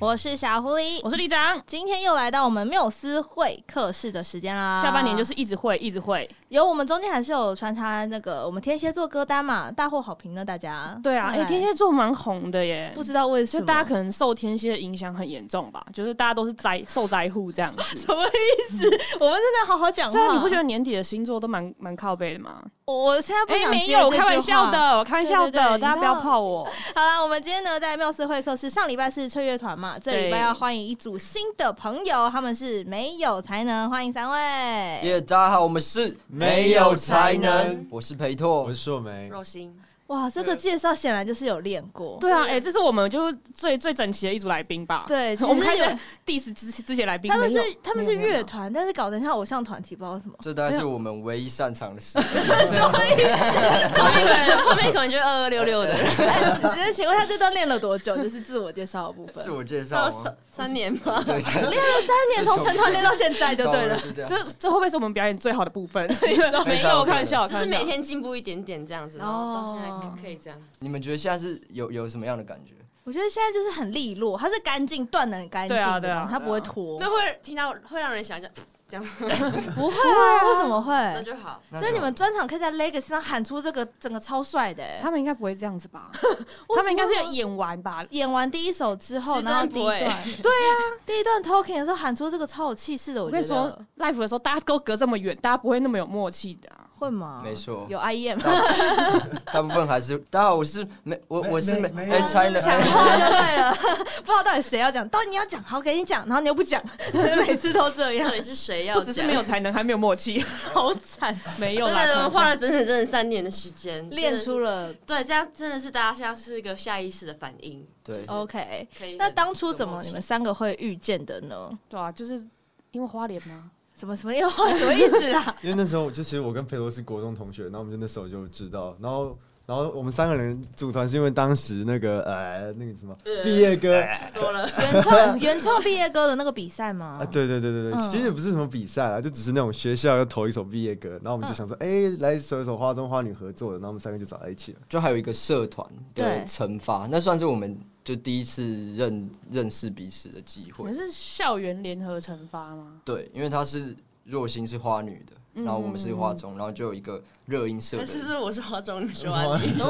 我是小狐狸，我是李长。今天又来到我们缪斯会客室的时间啦。下半年就是一直会，一直会。有我们中间还是有穿插那个我们天蝎座歌单嘛，大获好评呢，大家。对啊，哎、哎，天蝎座蛮红的耶，不知道为什就么，大家可能受天蝎的影响很严重吧，就是大家都是灾受灾户这样 子。什么意思？ 我们真的好好讲虽然话，你不觉得年底的星座都蛮蛮靠背的吗？我？我现在不哎、想没接有，我这开玩句笑话。的，我开玩笑对对对的，大家你不知道要泡我。好啦，我们今天呢在缪斯会客室，上礼拜是吹乐团嘛，这礼拜对要欢迎一组新的朋友，他们是没有才能，欢迎三位。耶大家好，我们是没有才能，我是裴拓我，是硕梅，若心，哇，这个介绍显然就是有练过。对啊，哎、这是我们就是最最整齐的一组来宾吧？ 对其实我们开始有 diss 之之前来宾，他们没有是他们没是有没有乐团，但是搞得像偶像团体，不知道为什么。这大概是我们唯一擅长的 事。后面可能后面可能就二二六六 的， 那请问他这段练了多久？就是自我介绍的部分自。我介到绍吗三？三年 吧。对，三练了三年，从成团练到现在就 对了。就这样。这这会不会是我们表演最好的部分？ 没有，非常我开玩笑，就是每天进步一点点这样子，然后哦到现在可可以这样子。你们觉得现在是有有什么样的感觉？我觉得现在就是很利落，它是干净，断的很干净对啊的对啊那种，它不会拖。那会听到会让人想讲这样，不会啊， 为什么那会？就好。那所以你们专场可以在 Legacy 上喊出这个，整个超帅的欸。他们应该不会这样子 吧？他们应该是要演完吧？演完第一首之后，是然后真的第一不会段， 对啊，第一段 talking 的时候喊出这个超有气势的，我我跟觉你说得，live 的时候大家都隔这么远，大家不会那么有默契的啊、会吗？没错有 E IEM 大部分还是，大家好，我是没我没我是没没没哎 China，讲话就 对了， 不知道到底谁要讲，到底你要讲，好给你讲，然后你又不讲， 每次都这到样，底是谁要不讲？只是没有才能，还没有 默契，好惨，没有真啦。的开玩花笑了整整整整三年的时间练出。真的了。是对，这样真的是大家现在是一个下意识的反应。对， OK，可以。那当初怎么你们？三个会遇见的呢？对啊，就是因为花莲吗？什么什么又什么意思 啦？因为那时候就其实我跟佩罗是国中同学，然后我们就那时候就知道，然后然后我们三个人组团是因为当时那个呃那个什么呃毕业歌做了，原创原创毕业歌的那个比赛吗啊，？对对对对嗯对，其实也不是什么比赛啊，就只是那种学校要投一首毕业歌，然后我们就想说，哎，来一首一首花中花女合作的，然后我们三个就找在一起了。就还有一个社团对的惩罚，那算是我们就第一次认认识彼此的机你会们。是校园联合惩罚吗？对，因为她是若心是花女的，嗯然后我们是花中，然后就有一个热音社但的 是是我是花中，你说啊你哇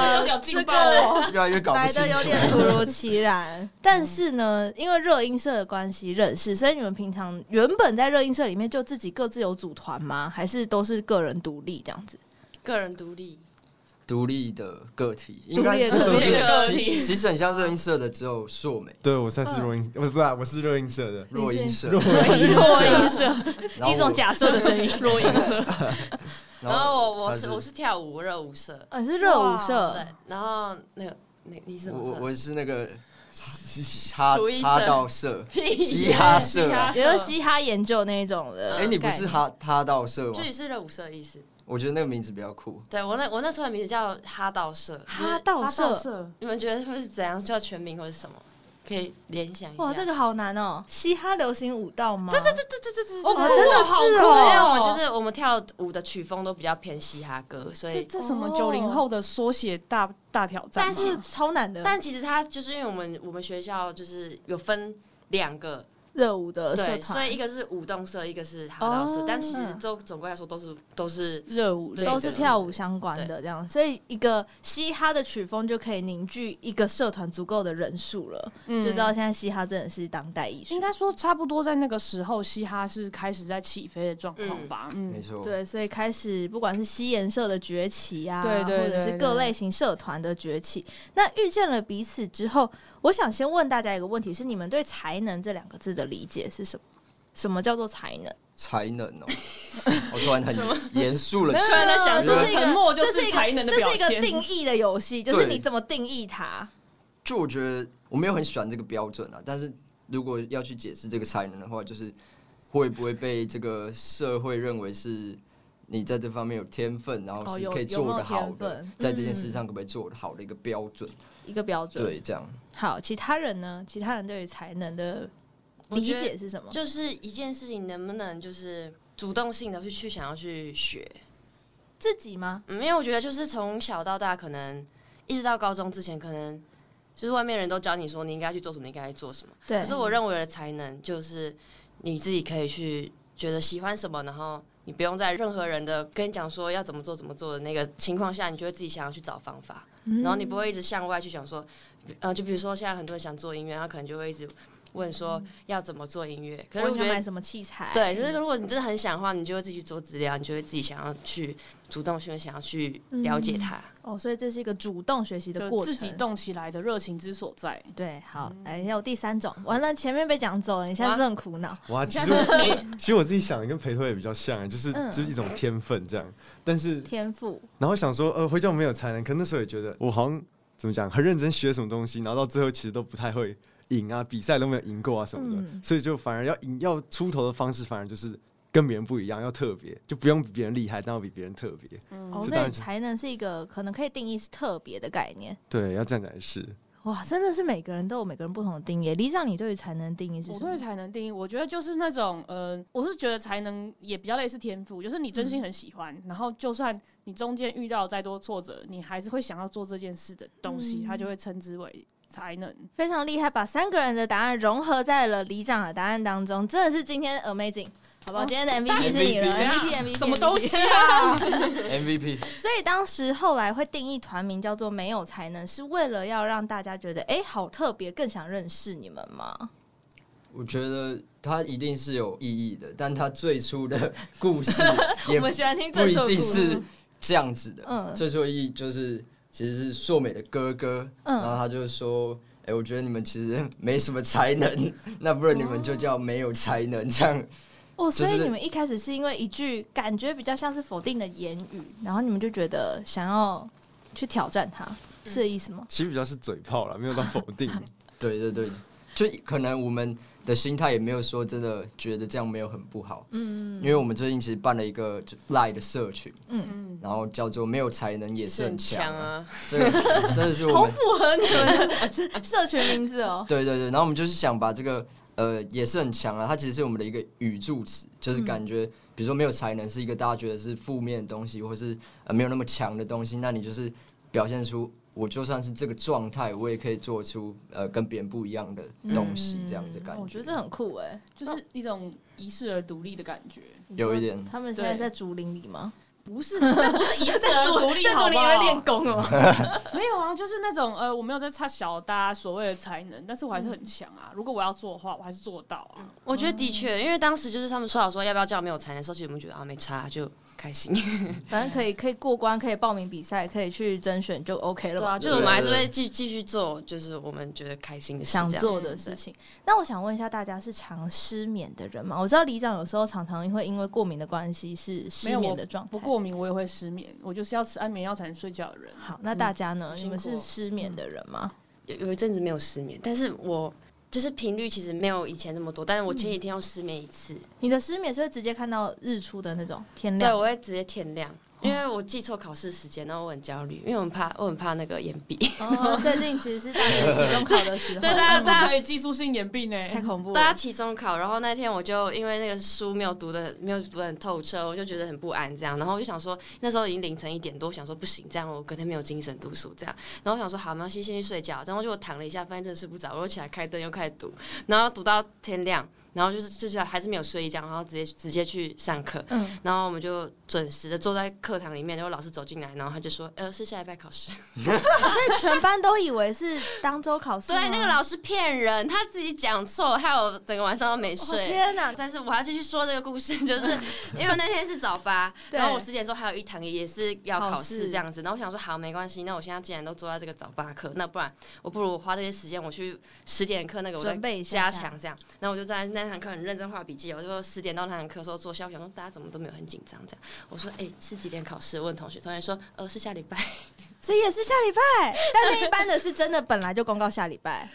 这有劲啊这爆个越来越搞不来清的有楚。点突如其然， 但是呢，因为热音社的关系认识，所以你们平常原本在热音社里面就自己各自有组团吗？还是都是个人独立这样子？个人独立，独立的个体，应独该立的那时候个体是独立的个其体其实很像热音社的，只有硕美、对，我算是热音，我不啊，我是热音社的。弱音社， 弱音社，然后一种我，假设的声音，弱音 社，然后哦我我他是我是跳舞热舞社，嗯，是热舞对社，，然后那个那你什我么我社？我是那个哈厨艺社哈道社，屁嘻哈社嘻。哈也就是嘻哈研究那一种的。哎，你不是哈哈道社吗就？也是热舞社的意思。我觉得那个名字比较酷。对我那我那时候的名字叫哈道社，哈就是道八道社？社你们觉得会是怎样叫全名或者是什么？可以联想一下。哇，这个好难哦！嘻哈流行舞蹈吗？对对对，这这这这哦哇真的好是酷啊因哦为我们就是我们跳舞的曲风都比较偏嘻哈歌，所这以这什么哦九零后的缩写大大挑战吗？但是超难的。但其实它就是因为我们我们学校就是有分两个热舞的社对，团，所以一个是舞动社，一个是哈道社哦，但其实都总归来说都是都是热舞类的都是跳舞相关的这样，所以一个嘻哈的曲风就可以凝聚一个社团足够的人数了，嗯就知道现在嘻哈真的是当代艺术应。该说差不多在那个时候，嘻哈是开始在起飞的状况吧？嗯没，错，对，所以开始不管是西研社的崛起啊，对对或者是对各对类型社团的崛起，那遇见了彼此之后，我想先问大家一个问题：是你们对“才能”这两个字的理解是什么？什么叫做才能？才能 哦。我突然很严肃了起突然来，在想说说这是是一一个沉默就这是一个才能的这表是一个现。定义的游戏，就是对你怎么定义它？就我觉得我没有很喜欢这个标准啊，但是如果要去解释这个才能的话，就是会不会被这个社会认为是你在这方面有天分，然后哦是有可以做得好有没有的天分，嗯在这件事上可不可以做得好的一个标准？一个标准。对，这样好，其他人呢？其他人对于才能的理解是什么？就是一件事情能不能就是主动性的去去想要去学，自己吗？嗯，因为我觉得就是从小到大，可能一直到高中之前，可能就是外面人都教你说你应该去做什么，你应该去做什么。对可是我认为的才能就是你自己可以去觉得喜欢什么，然后你不用在任何人的跟你讲说要怎么做怎么做的那个情况下，你就会自己想要去找方法，嗯然后你不会一直向外去讲说，呃，就比如说现在很多人想做音乐，他可能就会一直问说要怎么做音乐，可是我应我觉该得买什么器材？对，就是如果你真的很想的话，你就会自己去做资料，你就会自己想要去主动去想要去了解它。哦，所以这是一个主动学习的就过自程。己动起来的热情之所在。对，好，哎，还有第三种，完了前面被讲走了，你现在是不是很苦恼？哇，其实我其实我自己想的跟裴托也比较像，就是嗯就是一种天分这样。但是天赋，然后想说，呃，回教没有才能，可那时候也觉得我好像怎么讲，很认真学什么东西，然后到最后其实都不太会赢啊，比赛都没有赢过啊什么的，嗯所以就反而要赢要出头的方式，反而就是跟别人不一样，要特别，就不用比别人厉害，但要比别人特别。哦，所是当以然是才能是一个可能可以定义是特别的概念。对，要这样讲也是。哇，真的是每个人都有每个人不同的定义。李长，你对于才能定义是我什对么？才能定义，我觉得就是那种，呃，我是觉得才能也比较类似天赋，就是你真嗯心很喜欢，然后就算你中间遇到再多挫折，你还是会想要做这件事的东西，嗯它就会称之为才能。非常厉害，把三个人的答案融合在了李长的答案当中，真的是今天 amazing，好不好？哦今天的 MVP 是你了等一下，MVP MVP 什么东 MVP 西 啊？ MVP 所以当时后来会定义团名叫做“没有才能”，是为了要让大家觉得，哎、好特别，更想认识你们吗？我觉得它一定是有意义的，但它最初的 故事也我们喜欢听 不这一首故定事是，这样子的。嗯最初的意义就是其实是硕美的哥哥，然嗯，后他就说。哎、我觉得你们其实没什么才能， 那不然你们就叫没有才能这样。哦，就所是以你们一开始是因为一句感觉比较像是否定的言语，然后你们就觉得想要去挑战它，是这意思吗？其实比较是嘴炮啦，没有到否 定。对对对，就可能我们的心态也没有说真的觉得这样没有很不好，嗯因为我们最近其实办了一个就 Line 的社群，嗯，嗯，然后叫做“没有才能也是是很很强强”啊，这个真的是我 好们符合你们的社群名字 哦。对对对，然后我们就是想把这个呃也是很强啊，它其实是我们的一个语助词，嗯就是感觉、比如说没有才能是一个大家觉得是负面的东西，或是呃没有那么强的东西，那你就是表现出我就算是这个状态，我也可以做出呃跟别人不一样的东西，这样子的感嗯我觉觉得这很酷哎、就是一种遗世而独立的感觉，有一点。他们现在对在竹林里吗？不是不是遗世而独 立，好不好？功哦。没有啊，就是那种呃，我没有在差小大家所谓的才能，但是我还嗯是很强啊。如果我要做的话，我还是做到啊。我觉得的确，因为当时就是他们说好说要不要叫没有才能的时候，其实我们觉得啊没差就开心，反正可以可以过关，可以报名比赛，可以去甄选就 OK 了对吧？ 啊，就是我们还是会继继续做，就是我们觉得开心的事，想这样做的事情。那我想问一下，大家是常失眠的人吗？我知道里长有时候常常会因为过敏的关系是失眠的状态。不过敏我也会失眠，我就是要吃安眠药才能睡觉的人。好，那大家呢？嗯你们辛是苦嗯失眠的人吗？有有一阵子没有失眠，但是我就是频率其实没有以前那么多，但是我前几天要失眠一次，你的失眠是会直接看到日出的那种天对亮？我会直接天亮。因为我记错考试时间，然后我很焦虑，因为我很怕，我很怕那个眼闭。 哦，最近其实是大学期中考的时候，对大家大家可以技术性眼病呢，太恐怖大家了。期中考，然后那天我就因为那个书没有读的没有读的很透彻，我就觉得很不安这样，然后我就想说那时候已经凌晨一点多，我想说不行，这样我隔天没有精神读书这样，然后我想说好，没关系，先去睡觉，然后就我躺了一下，发现真的睡不着，我又起来开灯又开始读，然后读到天亮，然后就是就是还是没有睡意这样，然后直接直接去上课，嗯，然后我们就准时的坐在课堂里面，然后老师走进来，然后他就说呃是下礼拜考试，所以全班都以为是当周考试吗。 对，那个老师骗人，他自己讲错，害我整个晚上都没哦睡。天哪，但是我要继续说这个故事， 就是 因为那天是早八，对然后我十点钟还有一堂也是要考考试试这样子，然后我想说好没关系，那我现在既然都坐在这个早八课，那不然我不如花这些时间我去十点课那个我再准备一下加强这样。然后我就在那堂课很认真画笔记，我就十点到那堂课的时候坐下，我想说大家怎么都没有很紧张这样。我说哎、是几点考试？问同学，同学说呃是下礼拜。 所以也是下礼拜， 但那一班的是真的本来就公告下礼拜。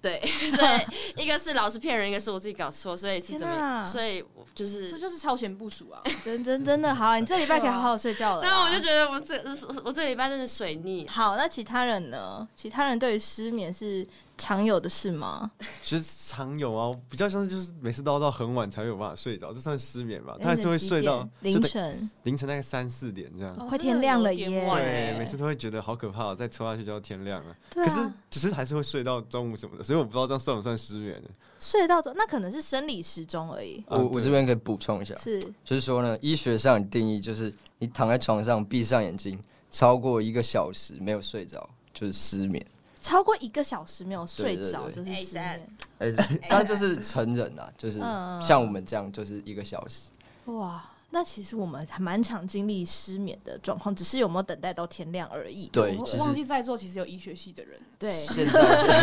对，所以一个是老师骗人，一个是我自己搞错，所以是天怎哪么？所以我就是这就是超前部署啊。真真真的好，你这礼拜可以好好睡觉了啊啦。然后我就觉得我这我这礼拜真的水逆，好，那其他人呢？其他人对于失眠是常有的事吗？其实常有啊，比较像是就是每次都要到很晚才有办法睡着，就算失眠吧，他还是会睡到哎那你几点凌就得晨，哦凌晨大概三四点这样。哦快天亮了耶对对，每次都会觉得好可怕、哦，再抽下去就要天亮了。对可是啊，只是还是会睡到中午什么的，所以我不知道这样算不算失眠呢？睡到中那可能是生理时钟而已，啊我我对这边可以补充一下，是就是说呢，医学上的定义就是你躺在床上闭上眼睛超过一个小时没有睡着就是失眠。超过一个小时没有睡着对就对是失眠。哎，但这是成人啊，就是嗯像我们这样，就是一个小时。哇，那其实我们还蛮常经历失眠的状况，只是有没有等待到天亮而已。对，我其忘实记在座其实有医学系的人，对，现在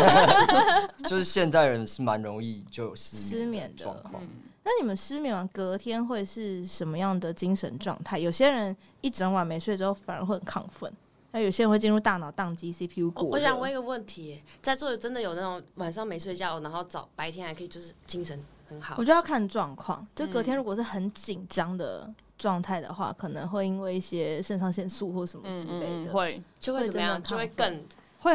是 就是现代人是蛮容易就有失失眠眠的的状况。嗯那你们失眠完隔天会是什么样的精神状态？有些人一整晚没睡之后反而会很亢奋，那有些人会进入大脑宕机、CPU 我过热。我想问一个问题，在座有真的有那种晚上没睡觉，然后早白天还可以就是精神很好我，就要看状况，就隔天嗯如果是很紧张的状态的话，可能会因为一些肾上腺素或什么嗯之类嗯嗯，的。会就会怎么样？会真就的会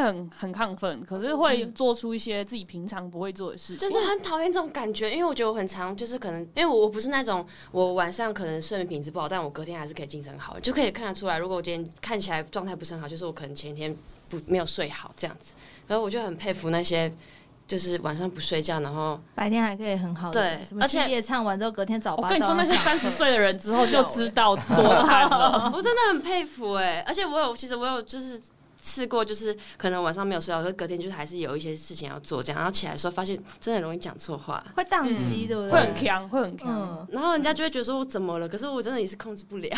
很亢奋会更很很亢奋，可是会做出一些自己平常不会做的事情。就是很讨厌这种感觉，因为我觉得我很常就是可能，因为我我不是那种我晚上可能睡眠品质不好，但我隔天还是可以精神好，就可以看得出来。如果我今天看起来状态不是很好，就是我可能前一天不没有睡好这样子。然后我就很佩服那些就是晚上不睡觉，然后白天还可以很好的，对什么而且去夜唱完之后，隔天早我八。跟你说，那些早上三十岁的人之后笑就欸知道多惨了。我真的很佩服哎、而且我有，其实我有就是试过，就是可能晚上没有睡好，可是隔天就是还是有一些事情要做，这样，然后起来的时候发现真的很容易讲错话， 会宕机，对不嗯会很对？强，会很强。嗯，然后人家就会觉得说我怎么了，可是我真的也是控制不 了，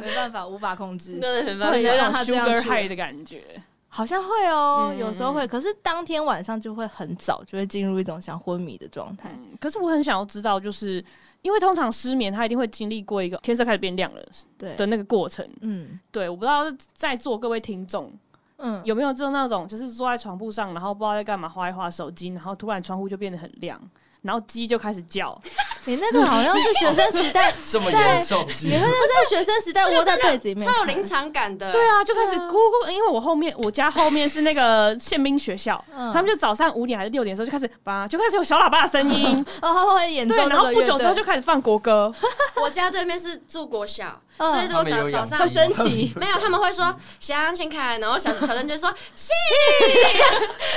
没办法，无法控 制。的很所以要让他这样 sugar 去 high 的感觉，好像会哦，嗯有时候会，可是当天晚上就会很早，就会进入一种像昏迷的状态。嗯，可是我很想要知道，就是因为通常失眠，他一定会经历过一个天色开始变亮了对，的那个过程。嗯对，我不知道在座各位听众嗯， 有没有就那种，就是坐在床铺上，然后不知道在干嘛，划一划手机，然后突然窗户就变得很亮，然后鸡就开始叫。你那个好像是学生时 代，这么严重，你会在学生时代窝在被子里面超有看，临场感的，对，啊，就开始咕咕，因为我后面我家后面是那个宪兵学 校，嗯他们就早上五点还是六点的时候就开始叭，就开始有小喇叭的声音， 然后哦会演奏对，那然后个不乐久之后就队开始放国歌，我家对面是住国小，嗯所以他我们有早早氧上气会升旗， 没有，他们会说向前看，然后小小珍就说气，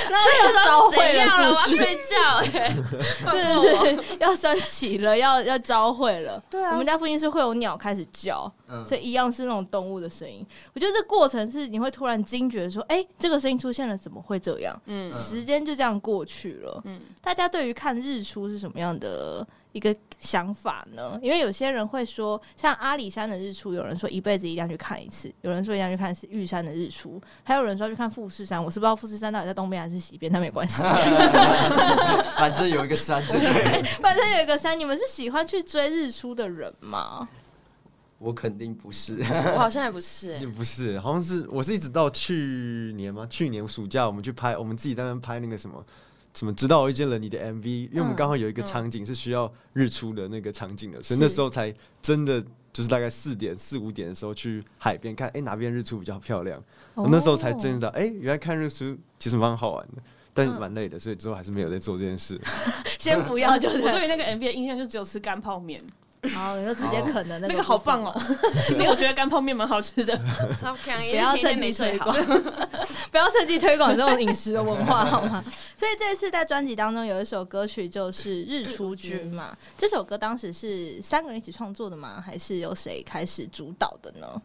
然后要招怎会样了？了，我 要是不是？睡觉哎，对对对，要升旗了，要要招会了。对啊我们家附近是会有鸟开始叫，嗯所以一样是那种动物的声音。我觉得这过程是你会突然惊觉说，哎、这个声音出现了，怎么会这样？嗯时间就这样过去了。嗯，大家对于看日出是什么样的一个想法呢？因为有些人会说，像阿里山的日出，有人说一辈子一定要去看一次，有人说一定要去看是玉山的日出，还有人说要去看富士山。我是不知道富士山到底在东边还是西边，但没关 系。反正有一个山就是。反正有一个山，你们是喜欢去追日出的人 吗？我肯定不是， 我好像也不是欸也不是，好像是我是一直到去年吗？去年暑假我们去拍，我们自己在那边拍那个什么。什么？直到我遇见了你的 MV，因为我们刚好有一嗯个场景是需要日出的那个场景的，所以那时候才真的就是大概四点四五点的时候去海边看，哎、哪边日出比较漂亮？哦我那时候才真的，哎、原来看日出其实蛮好玩的，但蛮累的，所以之后还是没有在做这件事。先不要就我对， 对于那个 MV 的印象就只有吃干泡面，好，你就直接啃的那个那个好棒哦。其实我觉得干泡面蛮好 吃的，超强，不因为要前一天趁机没睡推好广。，不要趁机推广 这种饮食的文化，好吗？ 所以这次在专辑当中有一首歌曲就是《日出君》嘛，这首歌当时是三个人一起创作的吗？还是由谁开始主导的呢？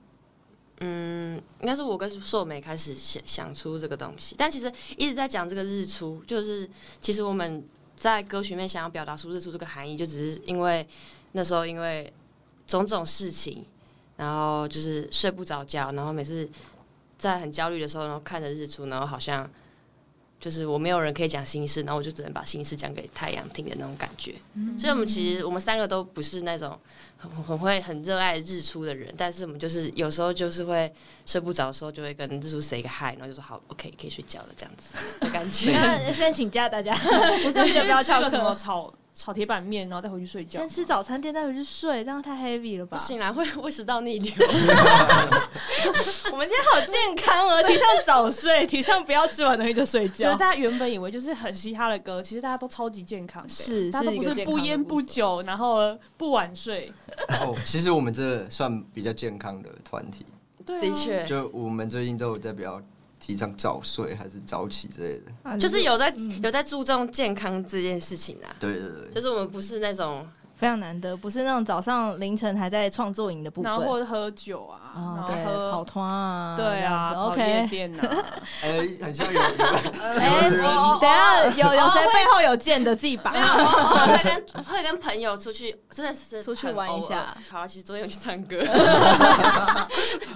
嗯，应该是我跟硕美开始想想出这个东西，但其实一直在讲这个日出，就是其实我们在歌曲里面想要表达出日出这个含义，就只是因为那时候因为种种事情，然后就是睡不着觉，然后每次在很焦虑的时候，然后看着日出，然后好像就是我没有人可以讲心事，然后我就只能把心事讲给太阳听的那种感觉。嗯所以我们其实我们三个都不是那种很很会很热爱日出的人，但是我们就是有时候就是会睡不着的时候，就会跟日出 say 个 hi，然后就说好，OK，可以睡觉了这样子的感觉。 那先请教大家，不是那 要不要叫翘个什么课？草炒铁板面，然后再回去睡觉先。吃早餐店，再回去睡，这样太 heavy 了吧不？行啦， 啊会胃食道逆 流。我们今天好健康哦，提倡早 睡，提倡不要吃完东西就睡就是觉。大家原本以为就是很嘻哈的歌，其实大家都超级健康的，欸是大家都是一不个是健不康的烟部不分酒，然后不晚睡。哦，其实我们这算比较健康的团体，对、啊的，确，就我们最近都有在比较提倡早睡还是早起之类的。啊就是有在有在注重健康这件事情啊。对对对，就是我们不是那种非常难得，不是那种早上凌晨还在创作营的部分然后或者喝酒啊，哦然后对，喝跑团啊，对啊，这样子跑夜，OK。店啊， 哎、很像有有 哎，我等一下有有谁背后有剑的自己拔没有，我偶尔会跟会跟朋友出去，真的是出去玩一下很偶尔。好了，其实昨天有去唱 歌，可是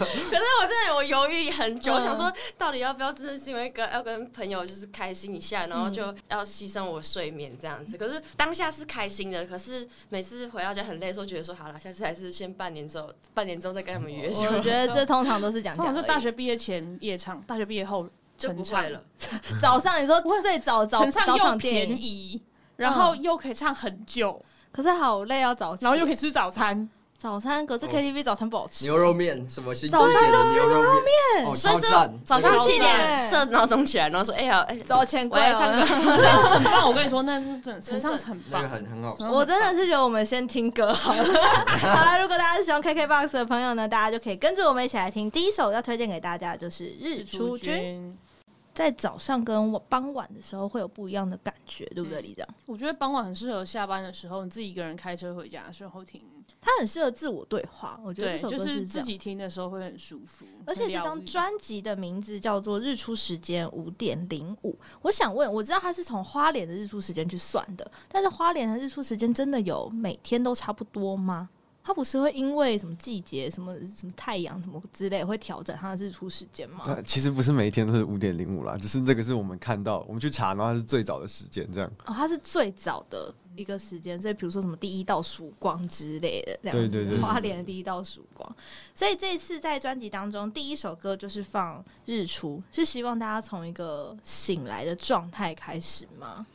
我真的我犹豫很久，嗯我想说到底要不要，真的是因为跟要跟朋友就是开心一下，然后嗯就要牺牲我睡眠这样子。可是当下是开心的，可是每次回到家很累的时候，觉得说好了，下次还是先半年之后，半年之后再跟他们约，我觉得这通常都是讲通讲而常已。是大学毕业前夜唱，大学毕业后就晨不唱会了。。早上你说最早早晨早唱又场电便影，宜，然后又可以唱很久，可是好累要早起，然后又可以吃早餐， 早餐，可是 KTV 早餐不好吃。牛肉面什么新早上经典的就吃牛肉面，哦，所以超是赞！早上超七赞点设闹钟起来，然后说哎呀，哎早前我贵要唱哦， 歌，很棒。我跟你说，那那真的晨唱是很那个棒。很很好吃。我真的是觉得我们先听歌好 了。好了，如果大家是喜欢 KKBOX 的朋友呢，大家就可以跟着我们一起来听。第一首要推荐给大家就是《日出君》，君，在早上跟傍晚的时候会有不一样的感觉，对不对，嗯李长？我觉得傍晚很适合下班的时候，你自己一个人开车回家的时候听，它很适合自我对话，我觉得对，这首就歌是这自样。己听的时候会很舒服。而且很这疗张愈专辑的名字叫做《日出时间五点零五》。我想问，我知道它是从花莲的日出时间去算的，但是花莲的日出时间真的有每天都差不多吗？它不是会因为什么季节、什么什么太阳、什么之类会调整它的日出时间吗？呃其实不是每一天都是五点零五啦，只是这个是我们看到，我们去查，然后它是最早的时间这样。哦，它是最早的一个时间，所以比如说什么第一道曙光之类的，这样对子对对对花莲的第一道曙光。所以这一次在专辑当中，第一首歌就是放《日出》，是希望大家从一个醒来的状态开始吗？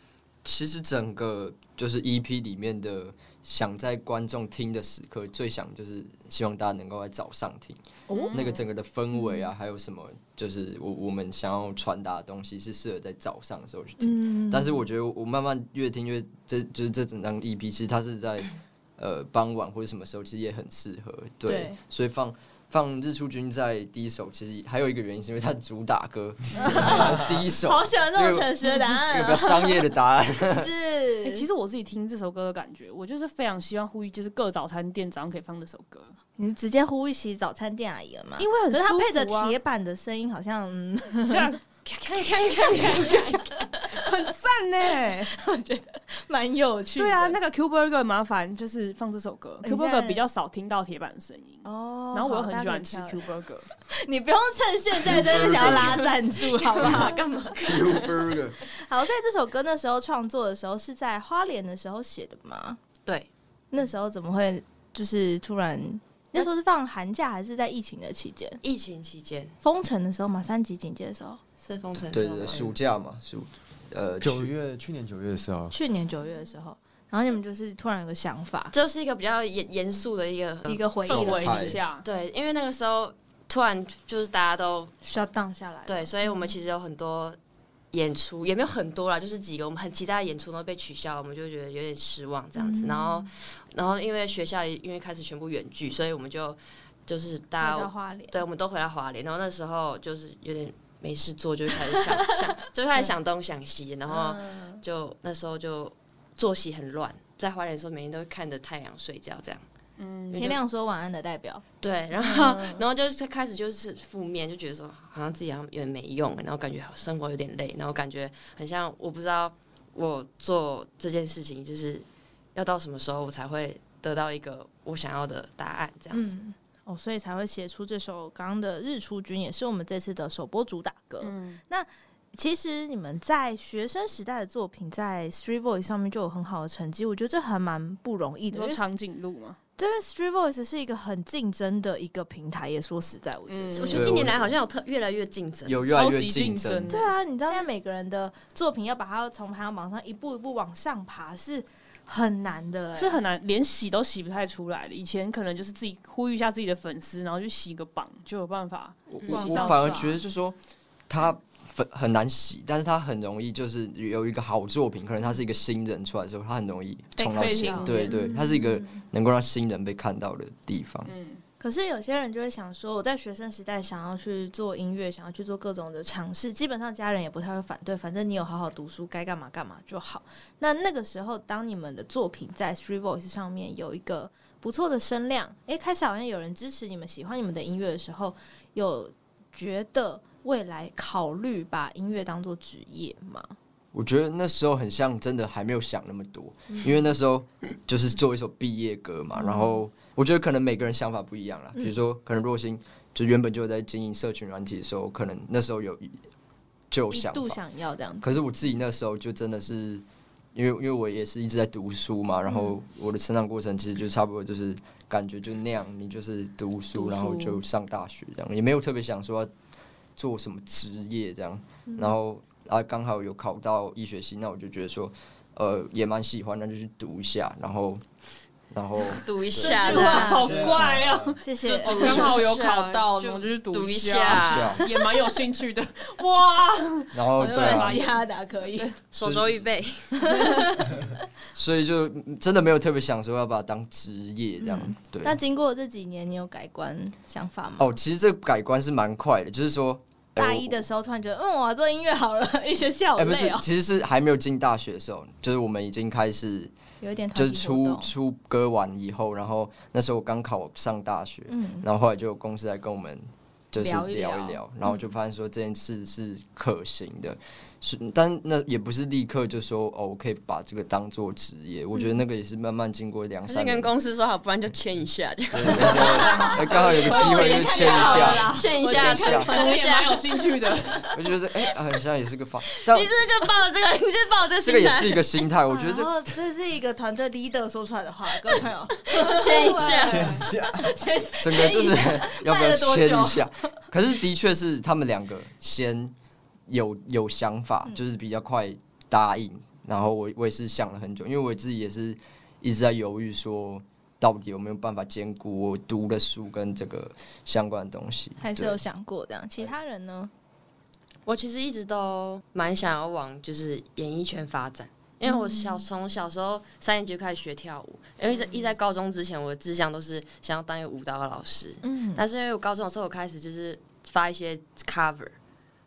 其实整个就是 EP 里面的想在观众听的时刻，最想就是希望大家能够在早上听。哦，嗯那个整个的氛围啊，还有什么，就是我我们想要传达的东西是适合在早上的时候去听。嗯但是我觉得我慢慢越听越，这就是这整张 E EP，其实它是在呃傍晚或者什么时候，其实也很适合。对，对所以放放日出君在第一首，其实还有一个原因是因为它主打 歌，它第一首好喜欢这种这个诚实的答一案个比较啊！商业的 答案。欸是，其实我自己听这首歌的感觉，我就是非常希望呼吁，就是各早餐店早上可以放这首歌，你直接呼吁起早餐店阿姨了吗？因为很可舒是服、啊、它配着铁板的声音，好像嗯 这样，看看看看看，很赞 呢。我觉得蛮有趣的。对啊，那个 Q Burger 麻烦就是放这首歌等，Q 一下 Burger 比较少听到铁板的声音。哦然后我又好很大家喜欢可以吃跳 Q Burger，你不用趁现在真的想要拉赞 助，好不好？干嘛？ Q Burger 好，在这首歌那时候创作的时候是在花莲的时候写的吗？对，那时候怎么会就是突然？那时候是放寒假还是在疫情的期间？疫情期间封城的时候嘛，三级警戒的时候，是封城对之后对对，吗嗯暑假嘛，暑呃九去月，去年九月的时候，去年九月的时候，然后你们就是突然有个想法，就是一个比较严严肃的一个一个回忆嗯氛了态围一下，对，因为那个时候突然就是大家都 shut down 下来，对，，所以我们其实有很多演出，也没有很多啦，就是几个我们很期待的演出都被取消，我们就觉得有点失望这样子。然后，然后因为学校因为开始全部远距，所以我们就就是大来到家花莲，对，我们都回到华联。然后那时候就是有点没事做，就开始想 想，就开始想东想西，然后就那时候就作息很乱，在华联的时候每天都看着太阳睡觉这样。嗯，天亮说晚安的代表，对，然后、然后就是开始就是负面，就觉得说好像自己好像有点没用，然后感觉好生活有点累，然后感觉很像我不知道我做这件事情就是要到什么时候我才会得到一个我想要的答案这样子。嗯，哦，所以才会写出这首刚刚的《日出君》，也是我们这次的首播主打歌。嗯其实你们在学生时代的作品在 Street Voice 上面就有很好的成绩，我觉得这还蛮不容易你的。说因为长颈鹿吗？对，因为 Street Voice 是一个很竞争的一个平台，也说实在，我觉得。嗯嗯我觉对得近我年来好像有特越来越竞争，有越来超越级竞竞争对争。啊，你知道，每个人的作品要把它从排行榜上一步一步往上爬，是很难的、欸，是很难，连洗都洗不太出来的。以前可能就是自己呼吁一下自己的粉丝，然后去洗个榜就有办法。我嗯我洗我到反而爽觉得就是说他很很难洗，但是他很容易就是有一个好作品，可能他是一个新人出来之后，他很容易被冲到推新到，对对，他是一个嗯能够让新人被看到的地方。嗯，可是有些人就会想说，我在学生时代想要去做音乐，想要去做各种的尝试，基本上家人也不太会反对，反正你有好好读书，该干嘛干嘛就好。那那个时候，当你们的作品在 Three Voice 上面有一个不错的声量，诶、开始好像有人支持你们，喜欢你们的音乐的时候，有觉得未来考虑把音乐当做职业吗？我觉得那时候很像，真的还没有想那么多，嗯因为那时候就是做一首毕业歌嘛。然后我觉得可能每个人想法不一样嗯啦，比如说可能若星就原本就在经营社群软体的时候，可能那时候有就有一想度法，想要这样子，可是我自己那时候就真的是，因为因为我也是一直在读书嘛，然后我的成长过程其实就差不多就是感觉就那样，你就是读读书，书然后就上大学这样，也没有特别想说要做什么职业这样，然后啊刚好有考到医学系，那我就觉得说，呃也蛮喜欢，那就去读一下，然后然后读一这下句啊啦，话好怪哦、谢就我读 刚好有一下考到，就我就去读一一下 下，也蛮有兴趣的。哇，然后我就对啊来 西哈达可以，手肘预备。所以就真的没有特别想说要把它当职业这样，对。那经过这几年，你有改观想法吗？哦，其实这个改观是蛮快的，就是说哎大我一的时候突然觉得，嗯，我要做音乐好了， 一学期好哎、不是累哦，，其实是还没有进大学的时候，就是我们已经开始有一点就团是体活出动。出歌完以后，然后那时候我刚考上大学，嗯，然后后来就有公司来跟我们就是聊聊一一聊聊，然后就发现说这件事是可行的，是但那也不是立刻就说哦，我可以把这个当做职业，我觉得那个也是慢慢经过两还是三跟年，公司说好，不然就签一下，对那时候哎刚好有个机会就签一下，我签一今天签下一下啊看，反正也蛮有兴趣 的。我就觉得哎、好像也是个方，但你是不是就抱着这个，你是抱着这这个个也心是态一个心态，我觉得这然后这是一个团队 leader 说出来的话，各位朋 友，签一下。哎整个就 是 要不卖要了多签久一下？可是的确是他们两个先有有想法，嗯就是比较快答应。然后我我也是想了很久，因为我自己也是一直在犹豫，说到底有没有办法兼顾我读的书跟这个相关的东西。还是对有想过这样。其他人呢？我其实一直都蛮想要往就是演艺圈发展，因为我小从小时候三年级就开始学跳舞，因为在一直在高中之前，我的志向都是想要当一个舞蹈的老师。嗯，但是因为我高中的时候，我开始就是发一些 cover，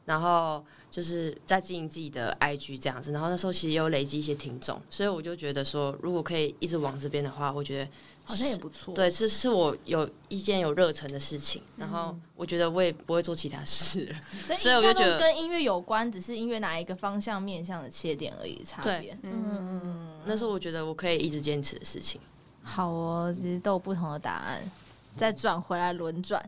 然后就是在经营自己的 IG 这样子，然后那时候其实也有累积一些听众，所以我就觉得说，如果可以一直往这边的话，我觉得好像也不错。，对，是是我有一件有热忱的事情，然后我觉得我也不会做其他事了。所所以以我我就就觉觉得得跟音乐有关，只是音乐哪一个方向面向的切点而已，差别。对嗯，那是我觉得我可以一直坚持的事情。好哦，其实都有不同的答案，再转回来轮转。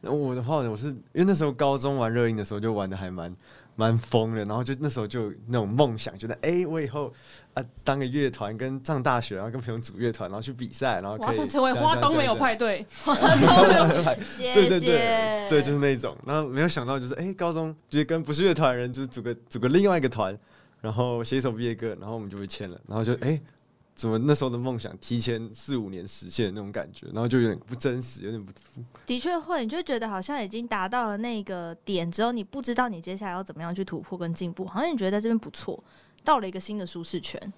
然后我的话呢，我是因为那时候高中玩热音的时候就玩的还蛮蛮疯的，然后就那时候就有那种梦想，觉得哎、我以后啊当个乐团，跟上大学，然后跟朋友组乐团，然后去比赛，然后 哇，可以成为这样花这样东这没有样派对， 谢对对谢对，对，就是那一种。然后没有想到，就是哎、高中就是跟不是乐团的人，就是组个组个另外一个团，然后写一首毕业歌，然后我们就被签了，然后就哎、怎么那时候的梦想提前四五年实现的那种感觉，然后就有点不真实，有点不的确会，你就觉得好像已经达到了那个点之后，你不知道你接下来要怎么样去突破跟进步，好像你觉得在这边不错，到了一个新的舒适圈。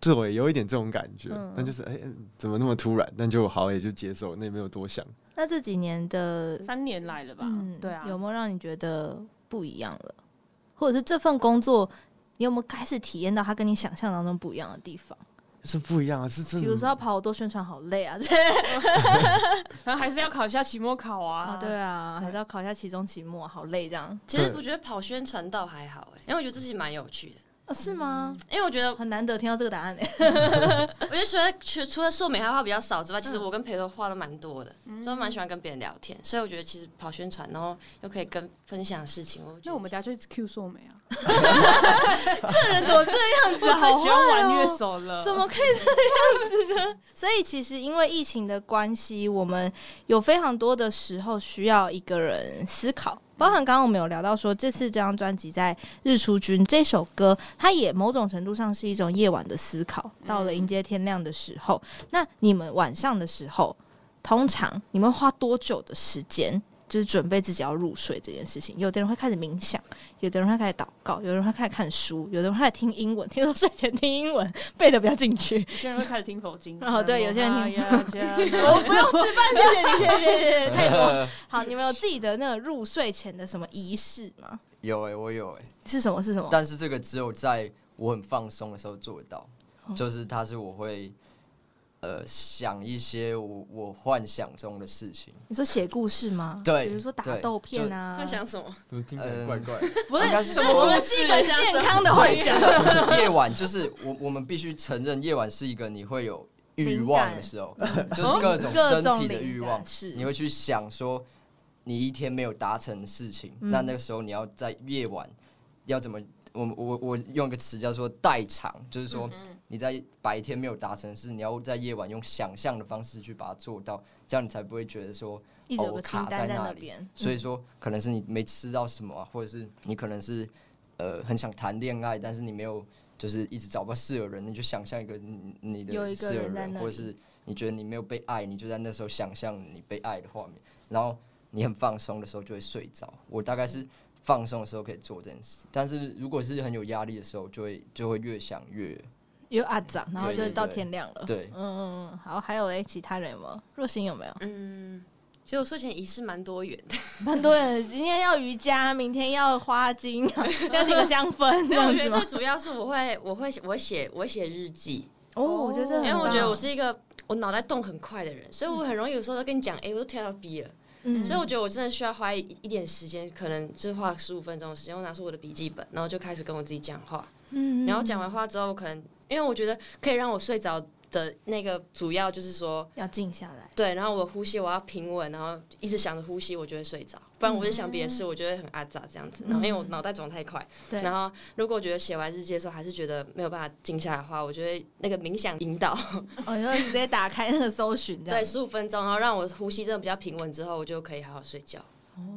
对，有一点这种感觉。嗯但就是哎、嗯怎么那么突然？但就好也就接受，那也没有多想。那这几年的，三年来了吧？嗯，对啊，有没有让你觉得不一样了？或者是这份工作，你有没有开始体验到它跟你想象当中不一样的地方？是不一样啊，是真比的。如说要跑好多宣传，好累啊！ 这然后还是要考一下期末考啊。啊，对啊，还是要考一下期中、期末，好累这样其实对我觉得跑宣传倒还好、欸，因为我觉得这是蛮有趣的。啊？是吗？嗯因为我觉得，很难得听到这个答 案诶。我觉得除了除除了硕美还画比较少之外，其实我跟裴洛画的蛮多的，所以我蛮喜欢跟别人聊天。所以我觉得其实跑宣传，然后又可以跟分享事情，我觉那得我们等下就 Q 硕美啊，这人怎么这 样子我啊？最好喜坏欢哦玩乐手了。怎么可以这样子呢？ 所以其实因为疫情的关系，我们有非常多的时候需要一个人思考，包含刚刚我们有聊到说，这次这张专辑在《日出君》这首歌，它也某种程度上是一种夜晚的思考。到了迎接天亮的时候，那你们晚上的时候，通常你们会花多久的时间？就是准备自己要入睡这件事情，有的人会开始冥想，有的人会开始祷告，有的人会开始看书，有的人会开始听英文。听说睡前听英文背的比较进 去，有些人会开始听佛经。哎哦对有些人听听。不用示范，谢谢你，谢谢谢 谢，太棒了。好，你们有自己的那个入睡前的什么仪式吗？有哎、我有哎、是什么？是什么？但是这个只有在我很放松的时候做得到，哦就是它是我会呃想一些我我幻想中的事情，你说写故事吗？对比如说打对豆片啊，幻想什么？怎么听起呃来怪怪？不是应该是什么？说我们是一个健康的幻想，夜晚就是我我们必须承认，夜晚是一个你会有欲望的时候，就是各种各身种体的欲灵望感，是你会去想说你一天没有达成的事情，嗯那那个时候你要在夜晚要怎么？我我我用一个词叫做代偿，就是说你在白天没有达成的事，你要在夜晚用想象的方式去把它做到，这样你才不会觉得说一直有个清单哦我卡在那那里边。所以说，可能是你没吃到什么、啊，或者是你可能是呃很想谈恋爱，但是你没有就是一直找不到适合人，你就想象一个你你有的一个适合人在那或者里是你觉得你没有被爱，你就在那时候想象你被爱的画面，然后你很放松的时候就会睡着。我大概是放松的时候可以做这件事，但是如果是很有压力的时候，就会就会越想越有阿长，然后对就对到对天亮了。对嗯，嗯嗯。好，还有嘞，其他人有没有？若曦有没有？嗯，其实我睡前仪式蛮多元的，蛮多人今天要瑜伽，明天要花精， 要点个香氛，这没有，我样觉子得最吗？主要是我会，我会，我会写，我会写日记，哦，我觉得这很因为我棒觉得我是一个我脑袋动很快的人，所以我很容易有时候都跟你讲，哎、我都跳到 B 了，嗯所以我觉得我真的需要花一一点时间，可能就是花十五分钟的时间，我拿出我的笔记本，然后就开始跟我自己讲话，嗯然后讲完话之后，可能因为我觉得可以让我睡着的那个主要就是说。要静下来。对，然后我呼吸我要平稳，然后一直想着呼吸，我就会睡着。不然我就想别的事，我就会很阿杂这样子。然后因为我脑袋转太快，对，然后如果我觉得写完日记的时候还是觉得没有办法静下来的话，我就会那个冥想引导，哦，你就直接打开那个搜寻，这对，样。十五分钟，然后让我呼吸真的比较平稳之后，我就可以好好睡觉。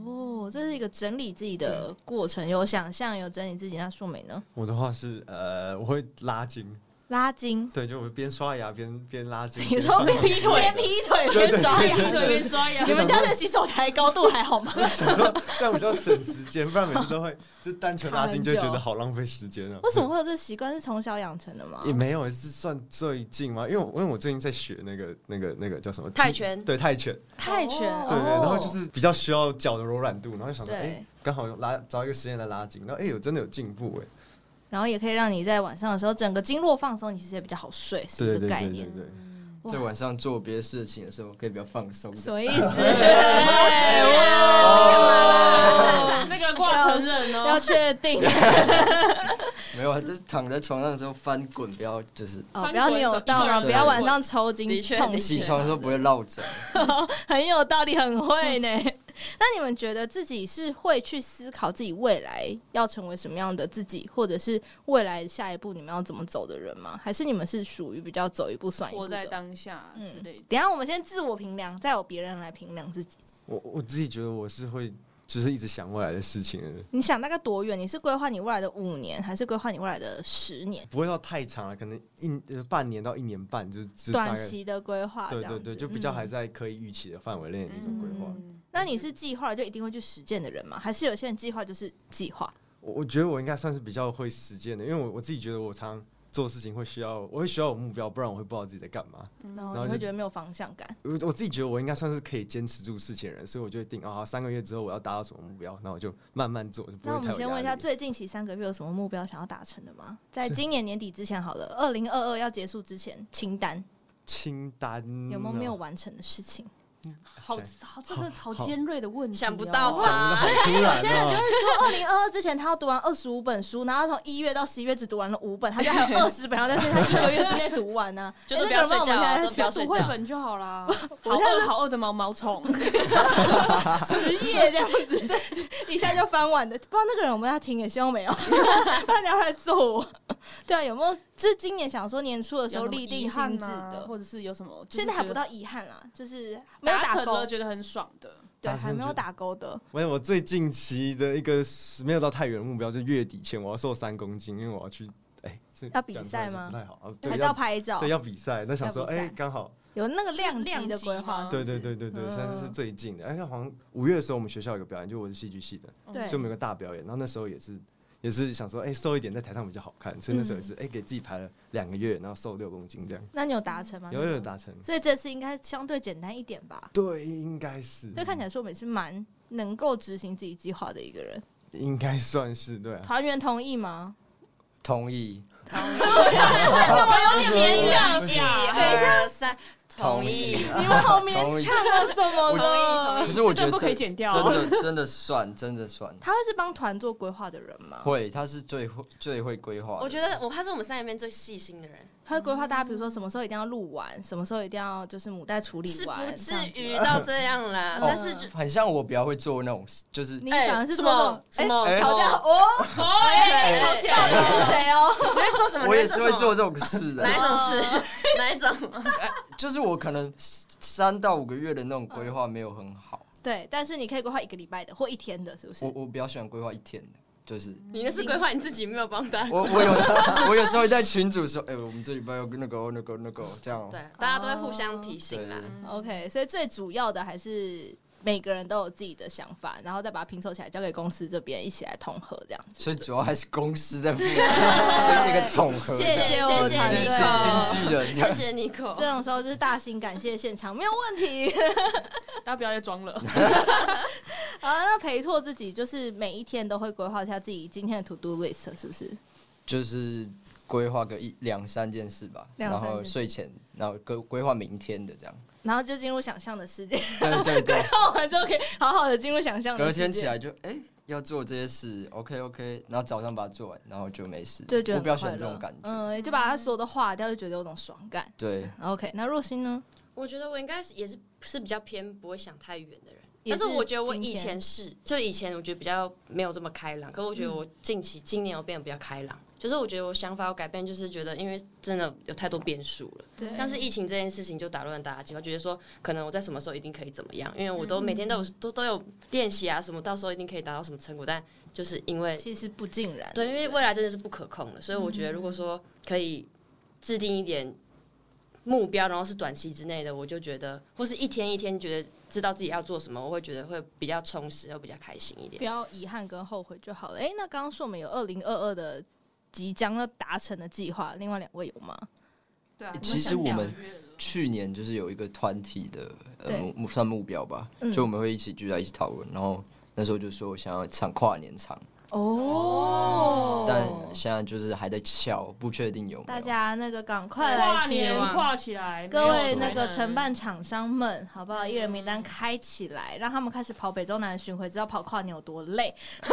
哦，这是一个整理自己的过程，有想象，有整理自己。那素美呢？我的话是呃，我会拉筋，拉筋，对，就我边刷牙边边拉筋。你边说放边劈腿边劈腿边刷牙， 对，边刷牙你。们家的洗手台高度还好吗？ 想说这样比较省时间，不然每次都会就单纯拉筋就会觉看很得久好浪费时间啊。为什么会有这习惯？是从小养成的吗？也没有，是算最近吗？因为我因为我最近在学那个那个那个叫什么泰拳对泰拳，泰拳，哦对对，然后就是比较需要脚的柔软度，然后想说，对哎，刚好拉找一个时间来拉筋，然后哎，有真的有进步哎，然后也可以让你在晚上的时候整个经络放松，你其实也比较好睡，是对这对个概对念对。对，哇在晚上做别的事情的时候可以比较放松。 什么意思？ 那个挂成 人要哦，确定没有啊，就是躺在床上的时候翻滚，不要就是哦，不要扭到了，对不要晚上抽筋的确痛的起确起床的时候不会落枕。 很有道理，很会 呢。那你们觉得自己是会去思考自己未来要成为什么样的自己，或者是未来下一步你们要怎么走的人吗？还是你们是属于比较走一步算一步活在的？嗯当下之类的。等一下我们先自我评量，再有别人来评量自己。我我自己觉得我是会就是一直想未来的事情的人，你想大概多远？你是规划你未来的五年，还是规划你未来的十年？不会到太长了，可能一呃半年到一年半，就是就是大短概。期的规划，对这样对子对，就比较还嗯在可以预期的范围内的一种规划。那你是计划了就一定会去实践的人吗？还是有些人计划就是计划？我我觉得我应该算是比较会实践的，因为我我自己觉得我常常做事情会需要，我会需要有目标，不然我会不知道自己在干嘛。然后然后你会就觉得没有方向感。我我自己觉得我应该算是可以坚持住事情的人，所以我就会定啊、好三个月之后我要达到什么目标，那我就慢慢做，就不那我会们太有先问一压下，力最近期三个月有什么目标想要达成的吗？在是今年年底之前好了，二零二二要结束之前，清单清单有没有呢没有嗯完成的事情？好好，这个好尖锐的问题，哦想不到？啊吧想？得好突然有些人就哦会 说，二零二二之前他要读完二十五本书，然后从一月到十一月只读完了五本，他就还有二十本，然后但是他一个月之内读完 呢、就诶是那不个人帮要我睡觉们现在都不要读睡绘觉。本就好 啦。好饿好饿的毛毛虫，职业这样子， 对，一下 就翻碗的。不知道那个人有没有在听，也希望没有，不然等一下他来揍我。对啊，有没有就是今年想说年初的时候有什么立定遗憾心智吗的，或者是有什么，就是现在还觉不得到遗憾啦，就是没有达打成勾了，觉得很爽的。对，达成还没就有打勾的。没有，我最近期的一个没有到太远的目标，就是月底前我要瘦三公斤，因为我要去哎，这要比讲出来赛是吗不太好，啊还对，是要要拍照对，要比赛。那想说，要比赛哎，刚好，有那个是量量级的级规吗划。对是对对对对，嗯算是最近的。哎，好像五月的时候我们学校有个表演，就我是戏剧系的，对所以我们有个大表演，然后那时候也是。也是想说，哎、瘦一点在台上比较好看，所以那时候也嗯是，哎、给自己排了两个月，然后瘦六公斤这样，那你有达成吗？有有。达成，所以这次应该相对简单一点吧，对，应该是因，为看起来说我们是蛮能够执行自己计划的一个人。应该算是对啊，团员同意 吗？同意，有点勉啊强一啊二三，同意，你们好勉同意。强哦，怎么 同意，了？同可意。是我觉这段得不可以真剪掉哦真的真的算，真的算他会是帮团做规划的人吗？会，他是最会最会规划的。我觉得我他是我们三里面最细心的人，他会规划大家，比如说什么时候一定要录完，什么时候一定要就是母带处理是不完，这至样子于到这样啦，哦嗯但是就很像我比较会做那种，就是你哎反而是什做那么种什么哎什吵架么，哦，哎哎吵起来你了。是谁哦？你会做什哦么？我也你是会什么做这种事的哪。一种事？ 哪一种？就是我可能三到五个月的那种规嗯划没有很好，对，但是你可以规划一个礼拜的或一天的，是不是我？我比较喜欢规划一天的，就是你那是规划你自己，没有帮大家。我我有 我有时候在群组说，哎、我们这礼拜要那个哦那个那个哦这样哦， 对，大家都会互相提醒啦嗯对。对 OK，所以最主要的还是每个人都有自己的想法，然后再把它拼凑起来，交给公司这边一起来统合这样子。所以主要还是公司在负 责，所以一个统合这谢样，谢我们谢团谢队你谢哦谢经纪人这谢样。谢 Nico，这种时候就是大型感谢现场，没有问题。大家不要再装了。好，那陪拓自己就是每一天都会规划一下自己今天的 to do list，是不是？就是规划个一两三件事吧，两然三件事后睡前，然后规规划明天的这样。然后就进入想象的世界，对 对对，那我们就可以好好的进入想象的隔世界。天起来就哎、要做这些事，OK OK，然后早上把它做完，然后就没事。对，就我比较喜欢这种感觉。嗯，就把它所有的化掉，就觉得有种爽感。对， OK，那若曦呢？我觉得我应该是也是是比较偏不会想太远的人，也但是是我觉得我今以天前是，就以前我觉得比较没有这么开朗，可我觉得我近期今年我变得比较开朗，就是我觉得我想法有改变，就是觉得因为真的有太多变数了。 啊对像是疫情这件事情就打乱大家计划，觉得说可能我在什么时候一定可以怎么样，因为我都每天都有都都有练习啊什么，到时候一定可以达到什么成果，但就是因为其实不尽然。对，因为未来真的是不可控的，所以我觉得如果说可以制定一点目标，然后是短期之内的，我就觉得或是一天一天觉得知道自己要做什么，我会觉得会比较充实，又比较开心一点不。要遗憾跟后悔就好了。诶，那刚刚说我们有二零二二的即将要达成的计划，另外两位有吗？对啊其实我们去年就是有一个团体的呃对目目算目标吧，嗯就我们会一起聚在一起讨论，然后那时候就说我想要唱跨年场，哦但现在就是还在敲，不确定有没有。大家那个赶快跨来年签。跨起来，啊各位没有那个错承办厂商们，好不好？艺人名单开起来，让他们开始跑北中南巡回，知道跑跨年有多累。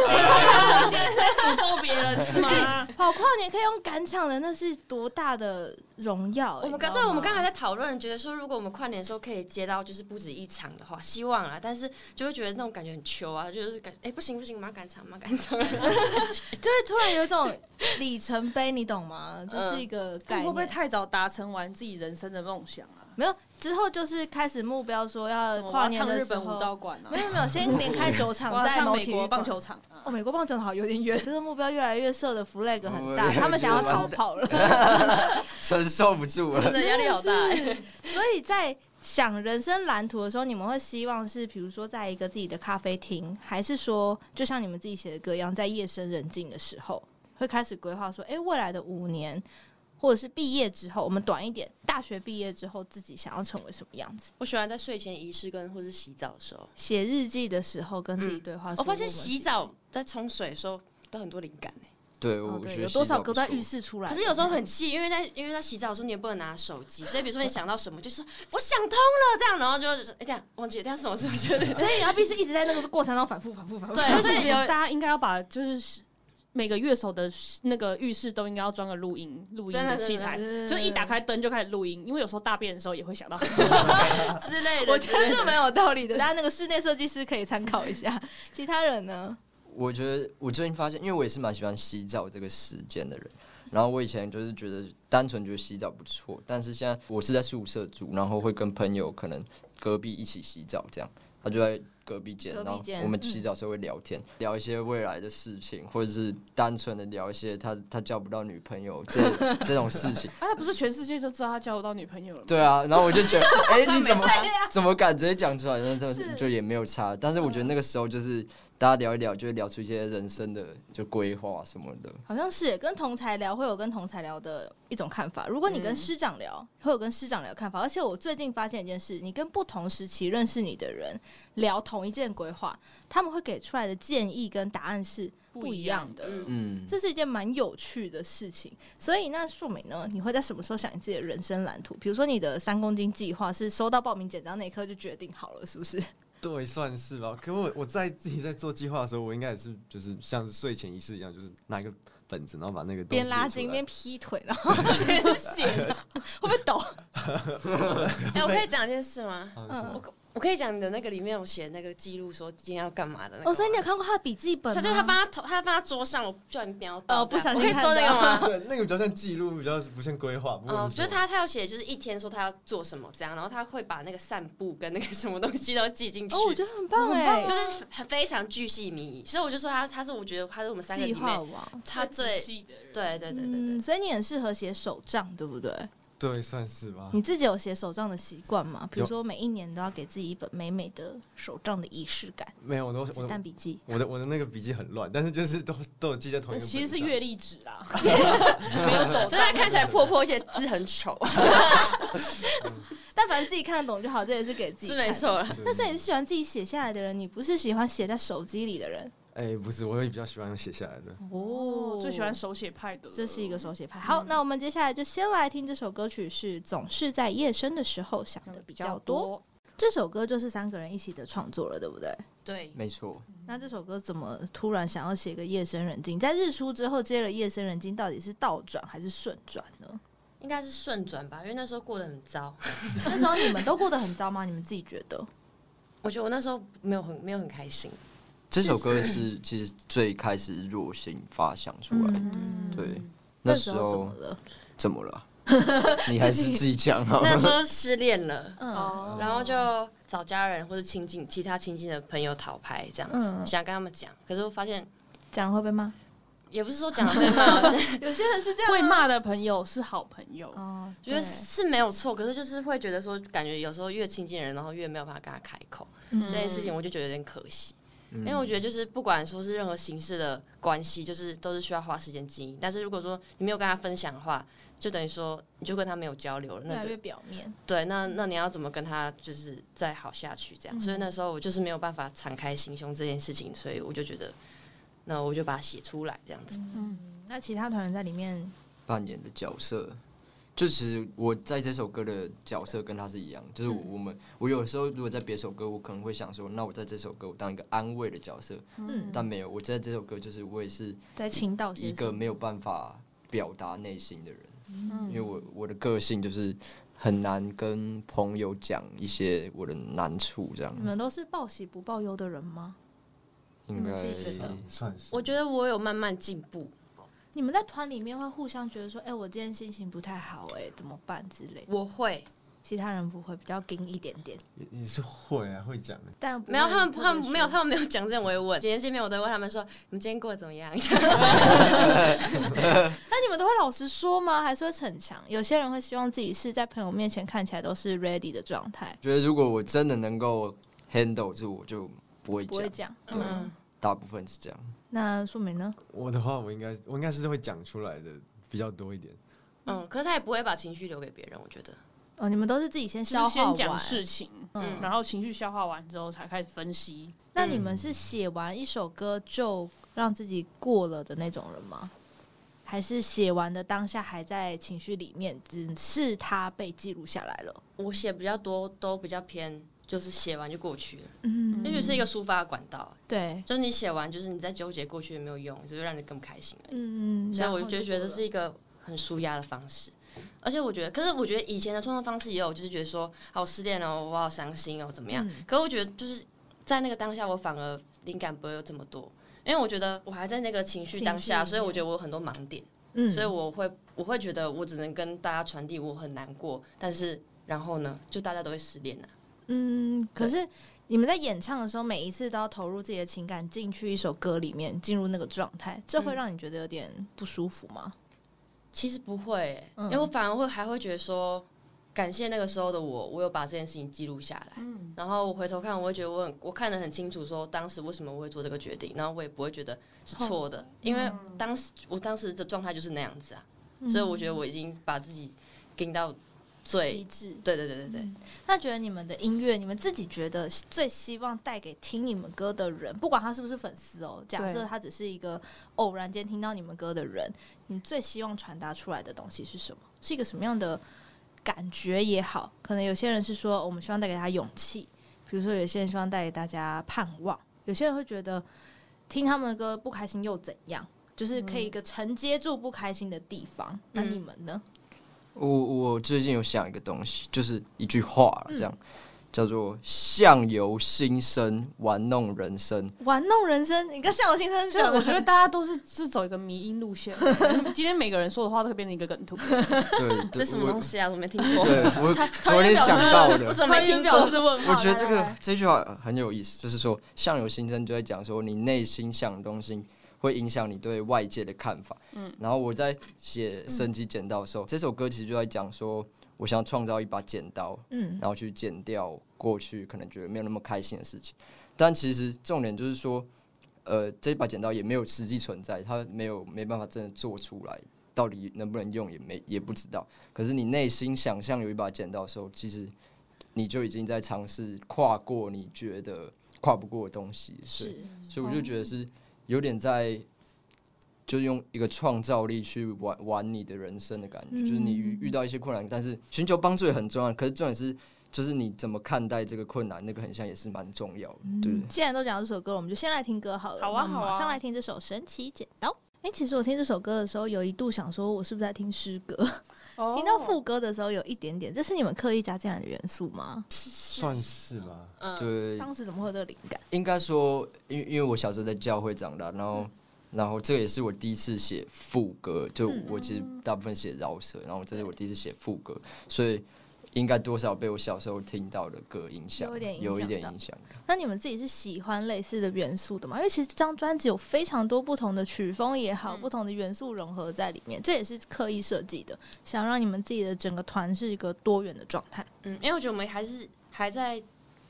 诅咒别人是吗？跑跨年可以用赶场的，那是多大的荣耀、我们刚刚对，我们刚才在讨论，觉得说如果我们跨年的时候可以接到就是不止一场的话，希望啦，但是就会觉得那种感觉很秋啊，就是感哎、不行不行，马赶场马赶场，就是突然有一种里程碑，你懂吗？就是一个概会念。不会太早达成完自己人生的梦想啊？没有，之后就是开始目标说要什么呃我跨要年唱的日时本候，舞蹈馆啊没，有没有，先连 开九场，我要在唱某美体国育棒馆球。场啊。哦，美国棒球好有点远，这个目标越来越设的 flag 很大，我他们想要逃跑了， 承受不住了。真的压力好大、嗯欸。所以在想人生蓝图的时候，你们会希望是，比如说在一个自己的咖啡厅，还是说就像你们自己写的歌一样，在夜深人静的时候，会开始规划说，哎、未来的五年，或者是毕业之后，我们短一点，大学毕业之后自己想要成为什么样子？ 我喜欢在睡前仪式跟或是洗澡的时候，写日记的时候跟自己对话、我说哦发现们洗澡在冲水的时候都很多灵感、欸、对，哦我觉对，得有多洗澡少不歌在错浴室出来？可是有时候 很气，因为在因为在洗澡的时候你也不能拿手机，所以比如说你想到什么，就是我想通了这样，然后就哎、这样忘记，但什么时候觉 得所以你要必须一直在那个过程中反复、反复、反复。 对但所是以我觉有得大家应该要把就是每个乐手的那个浴室都应该要装个录音录音真的器材，真的就是一打开灯就开始录音，因为有时候大便的时候也会想到。之类的。呃我觉得这蛮有道理的，大家那个室内设计师可以参考一下。 其他人呢？我觉得我最近发现，因为我也是蛮喜欢洗澡这个时间的人，然后我以前就是觉得单纯觉得洗澡不错，但是现在我是在宿舍住，然后会跟朋友可能隔壁一起洗澡，这样他就在隔壁间，隔然壁嗯后间我们洗澡的时候会聊天，聊一些未来的事情，或者是单纯的聊一些他他交不到女朋友这 这种事情。 啊，他不是全世界都知道他交不到女朋友了吗？对啊，然后我就觉得， 哎、他你没怎么差怎么敢直接讲出来？那这是就也没有差。但是我觉得那个时候就是大家聊一聊，就会聊出一些人生的就规划什么的。好像是跟同才聊会有跟同才聊的一种看法。如果你跟师长聊，会有跟师长聊的看法。而且我最近发现一件事，你跟不同时期认识你的人聊同一件规划，他们会给出来的建议跟答案是不一样的。不一样的嗯嗯，这是一件蛮有趣的事情。所以，那树美呢？你会在什么时候想你自己的人生蓝图？比如说，你的三公斤计划是收到报名简章那一刻就决定好了，是不是？对，算是吧。可我我在自己在做计划的时候，我应该也是就是像是睡前仪式一样，就是拿一个本子，然后把那个东西边拉列出筋来边劈腿，然后 边写，会不会抖？哎、我可以讲一件事吗？啊嗯什么我可以讲你的那个里面，我写那个记录说今天要干嘛的那个。哦，所以你有看过他的笔记本他吗？就是他放他头，他放他桌上，我不小心瞄到。嗯哦不小心我可以说那 个吗？对，那个比较像记录，比较不像规划。不过哦你，就说是他，他要写，就是一天说他要做什么这样，然后他会把那个散步跟那个什么东西都记进去。哦，我觉得很棒哎，就是很非常巨细靡遗，所以我就说他，他是我觉得他是我们三个里计划面王。他最仔细的人，对对对对对，嗯，所以你很适合写手账，对不对？对，算是吧。你自己有写手账的习惯吗？比如有说每一年都要给自己一本美美的手账的仪式感，没有，我都子我弹的笔记。我的我的那个笔记很乱，但是就是都都有记在同一个本子其上。实是阅历纸 啦，没 有手所以他账。看起来破破，而且字很丑，但反正自己看得懂就好，这也是给 自己是看没的。错了。对。那所以你是喜欢自己写下来的人，你不是喜欢写在手机里的人哎，不是，我会比较喜欢写下来的。哦，最喜欢手写派的了，这是一个手写派。好，那我们接下来就先来听这首歌曲，是总是在夜深的时候想想的的比较嗯多。。这首歌就是三个人一起的创作了，对不对？对，没错。那这首歌怎么突然想要写个夜深人静？在日出之后接了夜深人静，到底是倒转还是顺转呢？应该是顺转吧，因为那时候过得很糟。那时候你们都过得很糟吗？你们自己觉得？我觉得我那时候没有很没有很开 心，这首歌是其实最开始是若心发想出来的，嗯，对，那那时时候怎候么了？怎么了？ 你还是自己讲啊好那时了。候失恋了，嗯，哦，然后就找家人或者亲近其他亲近的朋友讨拍这样子，嗯想跟他们讲，可是我发现讲会被骂。也不是说讲了会骂，我觉得有些人是这啊会骂的朋友是好朋友，哦，觉得是没有错，可是就是会觉得说，感觉有时候越亲近的人，然后越没有办法跟他开口。嗯这件事情我就觉得有点可惜，嗯因为我觉得就是不管说是任何形式的关系，就是都是需要花时间经营。但是如果说你没有跟他分享的话，就等于说你就跟他没有交流了，越那来就越表面。对，那那你要怎么跟他就是再好下去这样？所以那时候我就是没有办法敞开心胸这件事情，所以我就觉得，那我就把它写出来这样子。那其他团员在里面，扮演的角色，就其实我在这首歌的角色跟他是一样，就是我我们我有时候如果在别首歌，我可能会想说，那我在这首歌我当一个安慰的角色，嗯，但没有，我在这首歌就是我也是在青岛一个没有办法表达内心的人，因为嗯，我我的个性就是很难跟朋友讲一些我的难处，这样你们都是报喜不报忧的人吗？应该你们嗯自己觉得算是。我觉得我有慢慢进步，你们在团里面会互相觉得说，哎、我今天心情不太好、哎，怎么办之类的。我会其他人不会，比较硬一点点，也也是会啊，会讲的。但不没有会他们特别他们没有说他们没有讲这种，我会问。今天见面我都会问他们说，你们今天过得怎么样？ 那你们都会老实说吗？还是会逞强？有些人会希望自己是在朋友面前看起来都是 ready 的状态，觉得如果我真的能够 handle 住，我就不会不会讲，讲。嗯。大部分是这样。啊那素梅呢？我的话，我应该我应该是会讲出来的比较多一点。嗯，可是他也不会把情绪留给别人，我觉得。哦，你们都是自己先就消是化先完。讲事情，嗯嗯，然后情绪消化完之后才开始分析。那你们是写完一首歌就让自己过了的那种人吗？还是写完的当下还在情绪里面，只是它被记录下来了？我写比较多，都比较偏，就是写完就过去了，嗯也许是一个抒发的管道。对，就是你写完，就是你在纠结过去有没有用，只会让你更不开心而已。嗯，所以然后我就觉得过是了一个很舒压的方式。而且我觉得，可是我觉得以前的创作方式也有，就是觉得说，啊，我失恋了，我好伤心哦，怎么样？嗯可我觉得就是在那个当下，我反而灵感不会有这么多，因为我觉得我还在那个情绪当情绪里下，面所以我觉得我有很多盲点。嗯所以我会我会觉得我只能跟大家传递我很难过，但是然后呢，就大家都会失恋啊。嗯，可是你们在演唱的时候，每一次都要投入自己的情感进去一首歌里面，进入那个状态，这会嗯让你觉得有点不舒服吗？其实不会欸、嗯因为我反而会还会觉得说，感谢那个时候的我，我有把这件事情记录下来。然后我回头看，我会觉得我很我看得很清楚，说当时为什么我会做这个决定，然后我也不会觉得是错的，因为当时我当时的状态就是那样子啊，嗯所以我觉得我已经把自己盯到机，最智。对对对对对。那觉得你们的音乐，你们自己觉得最希望带给听你们歌的人，不管他是不是粉丝哦，假设对他只是一个偶然间听到你们歌的人，你们最希望传达出来的东西是什么？是一个什么样的感觉也好？可能有些人是说，哦我们希望带给他勇气，比如说有些人希望带给大家盼望，有些人会觉得听他们的歌不开心又怎样？就是可以一个承接住不开心的地方。那你们呢？我我最近有想一个东西，就是一句话啦嗯这样、叫做“相由心生，玩弄人生玩弄人生，你跟向我先生所以讲，我觉 得大家都是是走一个迷因路线。 今天每个人说的话都会变成一个梗 图。”。 对，对这什么我东西啊？我没听过，对我突昨然天表想示到 我的。怎么没听过？示问我觉得这来个来这句话很有意思，就是说“相由心生”就在讲说你内心想的东西会影响你对外界的看法。嗯，然后我在写嗯《升级剪刀》的时候，这首歌其实就在讲说我想要创造一把剪刀， 嗯然后去剪掉过去可能觉得没有那么开心的事情。但其实重点就是说，呃，这把剪刀也没有实际存在，它没有没办法真的做出来，到底能不能用也没也不知道。可是你内心想象有一把剪刀的时候，其实你就已经在尝试跨过你觉得跨不过的东西。所以是。所以哦我就觉得是有点在，就是用一个创造力去玩玩你的人生的感觉，就是你嗯遇遇到一些困难，但是寻求帮助也很重要。可是重点是，就是你怎么看待这个困难，那个很像也是蛮重要的，对不对。既然都讲到这首歌，我们就先来听歌好了。好啊我们好啊马上来听这首《神奇剪刀》。哎、其实我听这首歌的时候，有一度想说，我是不是在听诗 歌？哦听到副歌的时候，有一点点，这是你们刻意加进来的元素吗？算是吧。嗯，对，当时怎么会有这个灵感？应该说，因为因为我小时候在教会长大，然后、嗯然后这个也是我第一次写副歌，就嗯我其实大部分写饶舌，然后这是我第一次写副歌，所以应该多少被我小时候听到的歌影响，有一点影有一响点到影响。 那你们自己是喜欢类似的元素的吗？因为其实这张专辑有非常多不同的曲风也好，嗯不同的元素融合在里面，这也是刻意设计的，想让你们自己的整个团是一个多元的状态。嗯，因为我觉得我们还是还在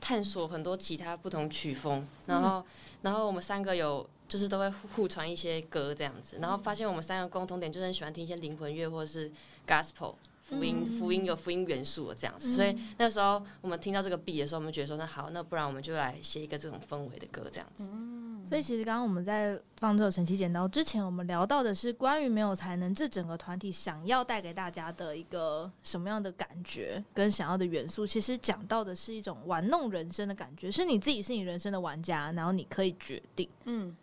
探索很多其他不同曲风，然后、然后我们三个有就是都会互互传一些歌这样子，然后发现我们三个共同点就是很喜欢听一些灵魂乐或者是 gospel。福音嗯福音有福音元素的这样子，所以那时候我们听到这个 B 的时候，我们觉得说那好，那不然我们就来写一个这种氛围的歌这样子。所以其实刚刚我们在放这首《神奇剪刀》之前，我们聊到的是关于没有才能这整个团体想要带给大家的一个什么样的感觉，跟想要的元素。其实讲到的是一种玩弄人生的感觉，是你自己是你人生的玩家，然后你可以决定。嗯，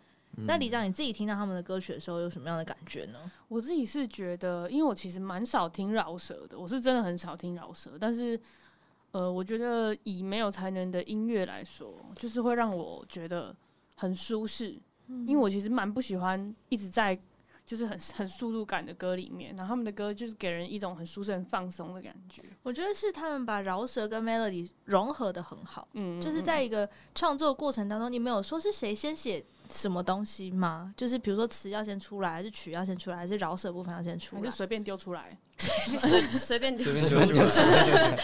那李长，你自己听到他们的歌曲的时候有什么样的感觉呢？我自己是觉得，因为我其实蛮少听饶舌的，我是真的很少听饶舌。但是，呃，我觉得以没有才能的音乐来说，就是会让我觉得很舒适，因为嗯我其实蛮不喜欢一直在就是很 很速度感的歌里面，然后他们的歌就是给人一种很舒适、很放松的感觉。我觉得是他们把饶舌跟 melody 融合的很好。嗯，就是在一个创作过程当中，你没有说是谁先写什么东西吗？就是比如说词要先出来，还是曲要先出来，还是饶舌部分要先出还来是？随便丢出来。 随随便随随便 丢出来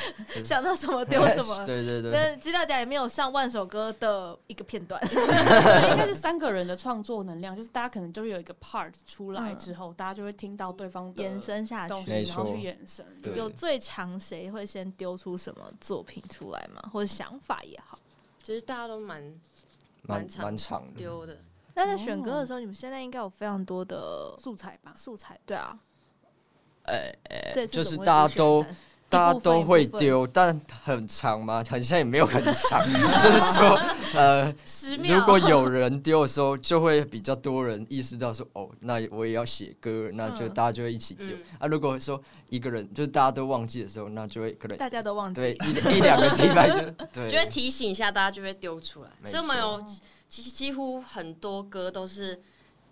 想到什么丢什么。 对对对。那资料夹里面有上万首歌的一个片段，所以应该是三个人的创作能量，就是大家可能就会有一个 part 出来之后，大家就会听到对方的嗯延伸下东西，去。没然后错去延伸。对有最长谁会先丢出什么作品出来吗？或者想法也好。其实大家都蛮蛮蛮长蛮长的。丢的，嗯那哦在选歌的时候，你们现在应该有非常多的素材吧。素材，对啊。呃，哎就是大家都大家都会一部分丢，但很长吗？好像也没有很长，啊 就是说，呃，十秒。 如果有人丢的时候，就会比较多人意识到说，哦，那我也要写歌，那就嗯大家就会一起丢、嗯啊。如果说一个人就是大家都忘记的时候，那就会可能大家都忘记，嗯对一一两个礼 拜就对，就会提醒哦一下大家，就会丢出来。没所以我们错有几几乎很多歌都是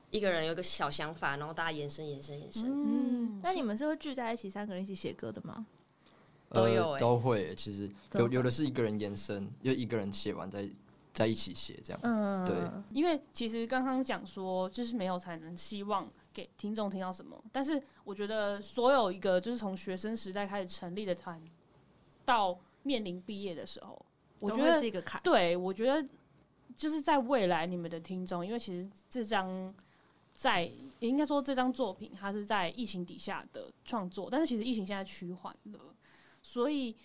一个人有一个小想法，然后大家延伸、延伸、延伸。嗯，那你们是会聚在一起三个人一起写歌的吗？都有呃、欸都会、欸。其实都有会有的是一个人延伸，又一个人写完再在一起写这样。嗯，对因为其实刚刚讲说，就是没有才能，希望给听众听到什么。但是我觉得，所有一个就是从学生时代开始成立的团，到面临毕业的时候，我都觉会得是一个坎。对，我觉得就是在未来你们的听众，因为其实这张在应该说这张作品，它是在疫情底下的创作，但是其实疫情现在趋缓了，所以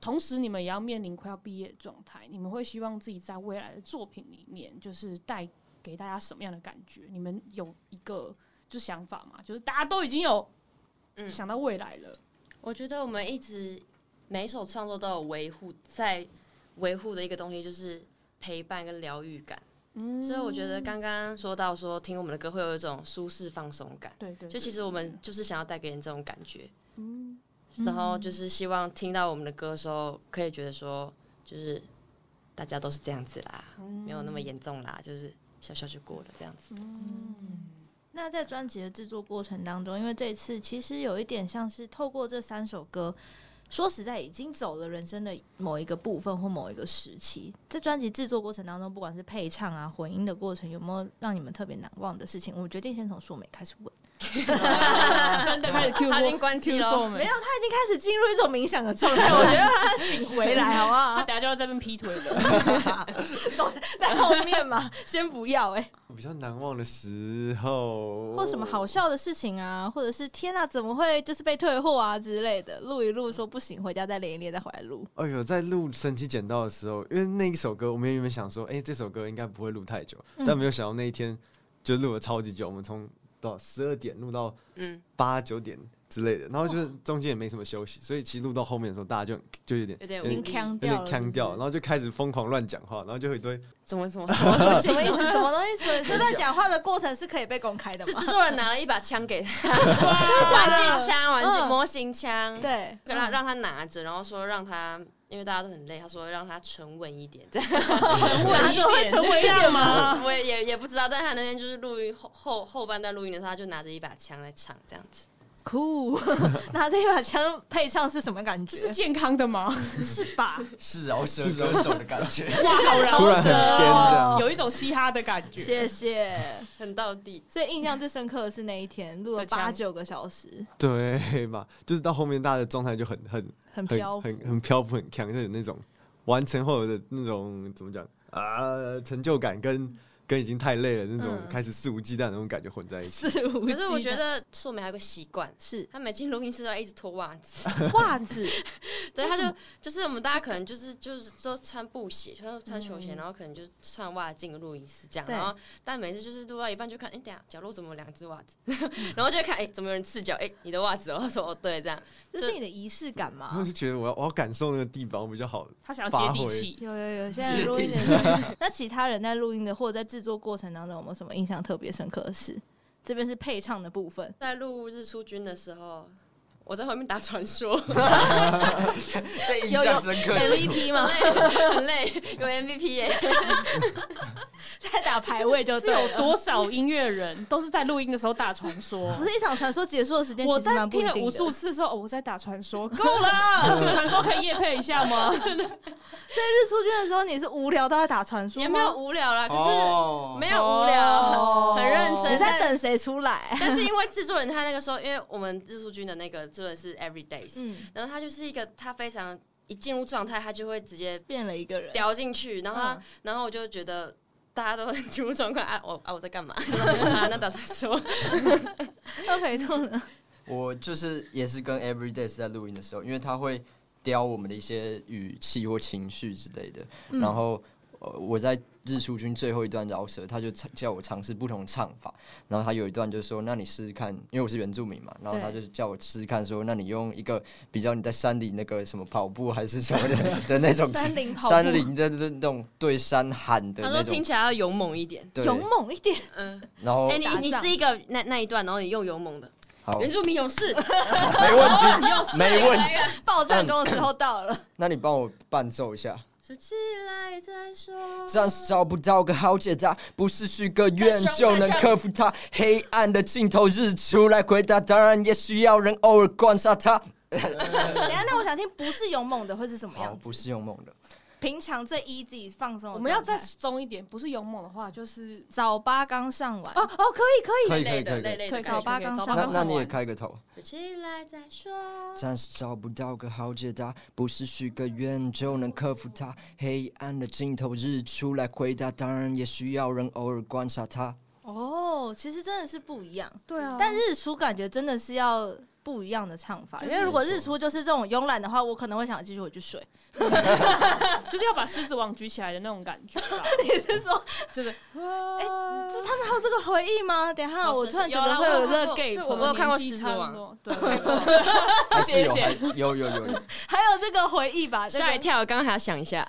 同时你们也要面临快要毕业的状态，你们会希望自己在未来的作品里面，就是带给大家什么样的感觉？你们有一个就想法嘛？就是大家都已经有嗯想到未来了，我觉得我们一直每一首创作都有维护，在维护的一个东西就是陪伴跟疗愈感。嗯所以我觉得刚刚说到说听我们的歌会有一种舒适放松感，对对，就其实实我们就是想要带给人这种感觉。然后就是希望听到我们的歌的时候，可以觉得说，就是大家都是这样子啦，没有那么严重啦，就是笑笑就过了这样子。那在专辑的制作过程当中，因为这次其实有一点像是透过这三首歌，说实在已经走了人生的某一个部分或某一个时期。在专辑制作过程当中，不管是配唱啊、混音的过程，有没有让你们特别难忘的事情？我决定先从硕美开始问，真的开始 Q， 他已经关机了没有他已经开始进入一种冥想的状 态，我觉得让他醒回来好不他好？等下就要在那边劈腿 了。走在后面嘛，先不要哎、我比较难忘的时候，或什么好笑的事情啊，或者是天呐、怎么会就是被退货啊之类的，录一录说不行，回家再练一练，再回来录。哎呦，在录《神奇剪刀》的时候，因为那一首歌，我们原本想说，哎、这首歌应该不会录太久，嗯但没有想到那一天就录了超级久，我们从多少十二点录到嗯，八九点之类的，然后就是中间也没什么休息，所以其实录到后面的时候，大家就很就有点有点已经无力，腔有点掉了，腔掉，是然不是后就开始疯狂乱讲话，然后就有一堆怎么怎么怎么怎么什么意思？什么东西？ 所以所以乱讲话的过程是可以被公开的是吗？制作人拿了一把枪给他，玩具枪、玩具嗯模型枪，对，让他让他拿着，然后说让他，因为大家都很累，他说让他沉稳一点，这样拿着会成为一 点吗？我也也也不知道，但是他那天就是录音后后后半段录音的时候，他就拿着一把枪在唱这样子， 酷，拿着一把枪配唱是什么感这觉是？健康的吗？是吧？是饶舌歌手的感觉。 哇， 好饶突然很哦颠这样，有一种嘻哈的感觉。谢谢。很到地。所以印象最深刻的是那一天录了对枪八九个小时，对嘛，就是到后面大家的状态就很很很漂很浮。很很漂浮很强，就有那种完成后的那种怎么讲啊，成就感跟跟已经太累了那种嗯开始肆无忌惮的那种感觉混在一起。肆无忌惮可是我觉得素梅还有个习惯，是她每进录音室都要一直脱袜子， 袜子，对，她就就是我们大家可能就是就是都穿布鞋，穿穿球鞋，然后可能就穿袜子进录音室这样，嗯对然后但每次就是录到一半就看，哎、等一下角落怎么有两只袜子， 然后就会看，哎、怎么有人赤脚？哎、你的袜子哦，我 说哦对，这样这是你的仪式感我吗？就觉得我要我要感受那个地方，我比较好。他想要接地气，有有有，现在录音的人那其他人在录音的或者在制作过程当中，有没有什么印象特别深刻的事？这边是配唱的部分，在录日出君的时候。我在外面打传说， 这印象深刻是什么 MVP 嘛，很累，有 MVP 耶、在打排位就是对啊有了。多少音乐人都是在录音的时候打传 说不？是一场传说结束的时间，我其实在蛮不一定听了的无数次说，哦，我在打 传说，够了，传说可以夜配一下吗？在日出圈的时候，你是无聊到在打传说吗，也没有无聊啦，可是哦没有无哦聊，很认真。你在但等谁出来？但是因为制作人他那个时候，因为我们日出君的那个制作人是 Every Days，、嗯，然后他就是一个他非常一进入状态，他就会直接变了一个人， 掉进去，然后他、嗯然后我就觉得。大家都很进 入状况啊！我啊我在干 嘛？就是啊那打算说，要陪同了。我就是也是跟 Every Day 是在录音的时候，因为他会雕我们的一些语气或情绪之类的。嗯然后呃，我在日出君最后一段饶舌，他就尝叫我尝试不同唱法。然后他有一段就说：“那你试试看，因为我是原住民嘛。”然后他就叫我试试看说那你用一个比较你在山里那个什么跑步还是什么 的的那种山林跑步山林的那种对山喊的他那说听种。哦起来要勇猛一点。对，勇猛一点，嗯，然后哎、你你是一个那那一段，然后你用勇猛的 好，原住民勇士， 没问题，没问题。爆炸功的时候到了。嗯那你帮我伴奏一下。说起来再说。暂时找不到个好解答，不是许个愿就能克服它。黑暗的尽头，日出来回答，当然也需要人偶尔观察它。等一下，那我想听不是勇猛的会是什么好，样不子？是用梦的，平常最 easy 放松的状态，我们要再松一点，不是勇猛的话就是早八刚上完哦，哦，可以可以，可以可累以可的以。可以累累可以可以的早感觉八刚早上八完刚那那上你也完。开个头。说起来再说。暂时找不到个好解答，不是许个愿就能克服它。黑暗的尽头，日出来回答，当然也需要人偶尔观察它。哦，其实真的是不一样。对啊，但日出感觉真的是要不一样的唱法，就是因为如果日出就是这种慵懒的话，我可能会想继续回去睡。就是要把狮子王举起来的那种感 觉吧，你是说，就 是哎哎这他们还有这个回忆吗？等一下，哦是我突然觉有得啦会有我有这个看 gap，过对，我我们有看过年纪狮子差不王多，对，还是有谢还有有有有，还有这个回忆吧。这个吓一跳，刚刚还要想一下，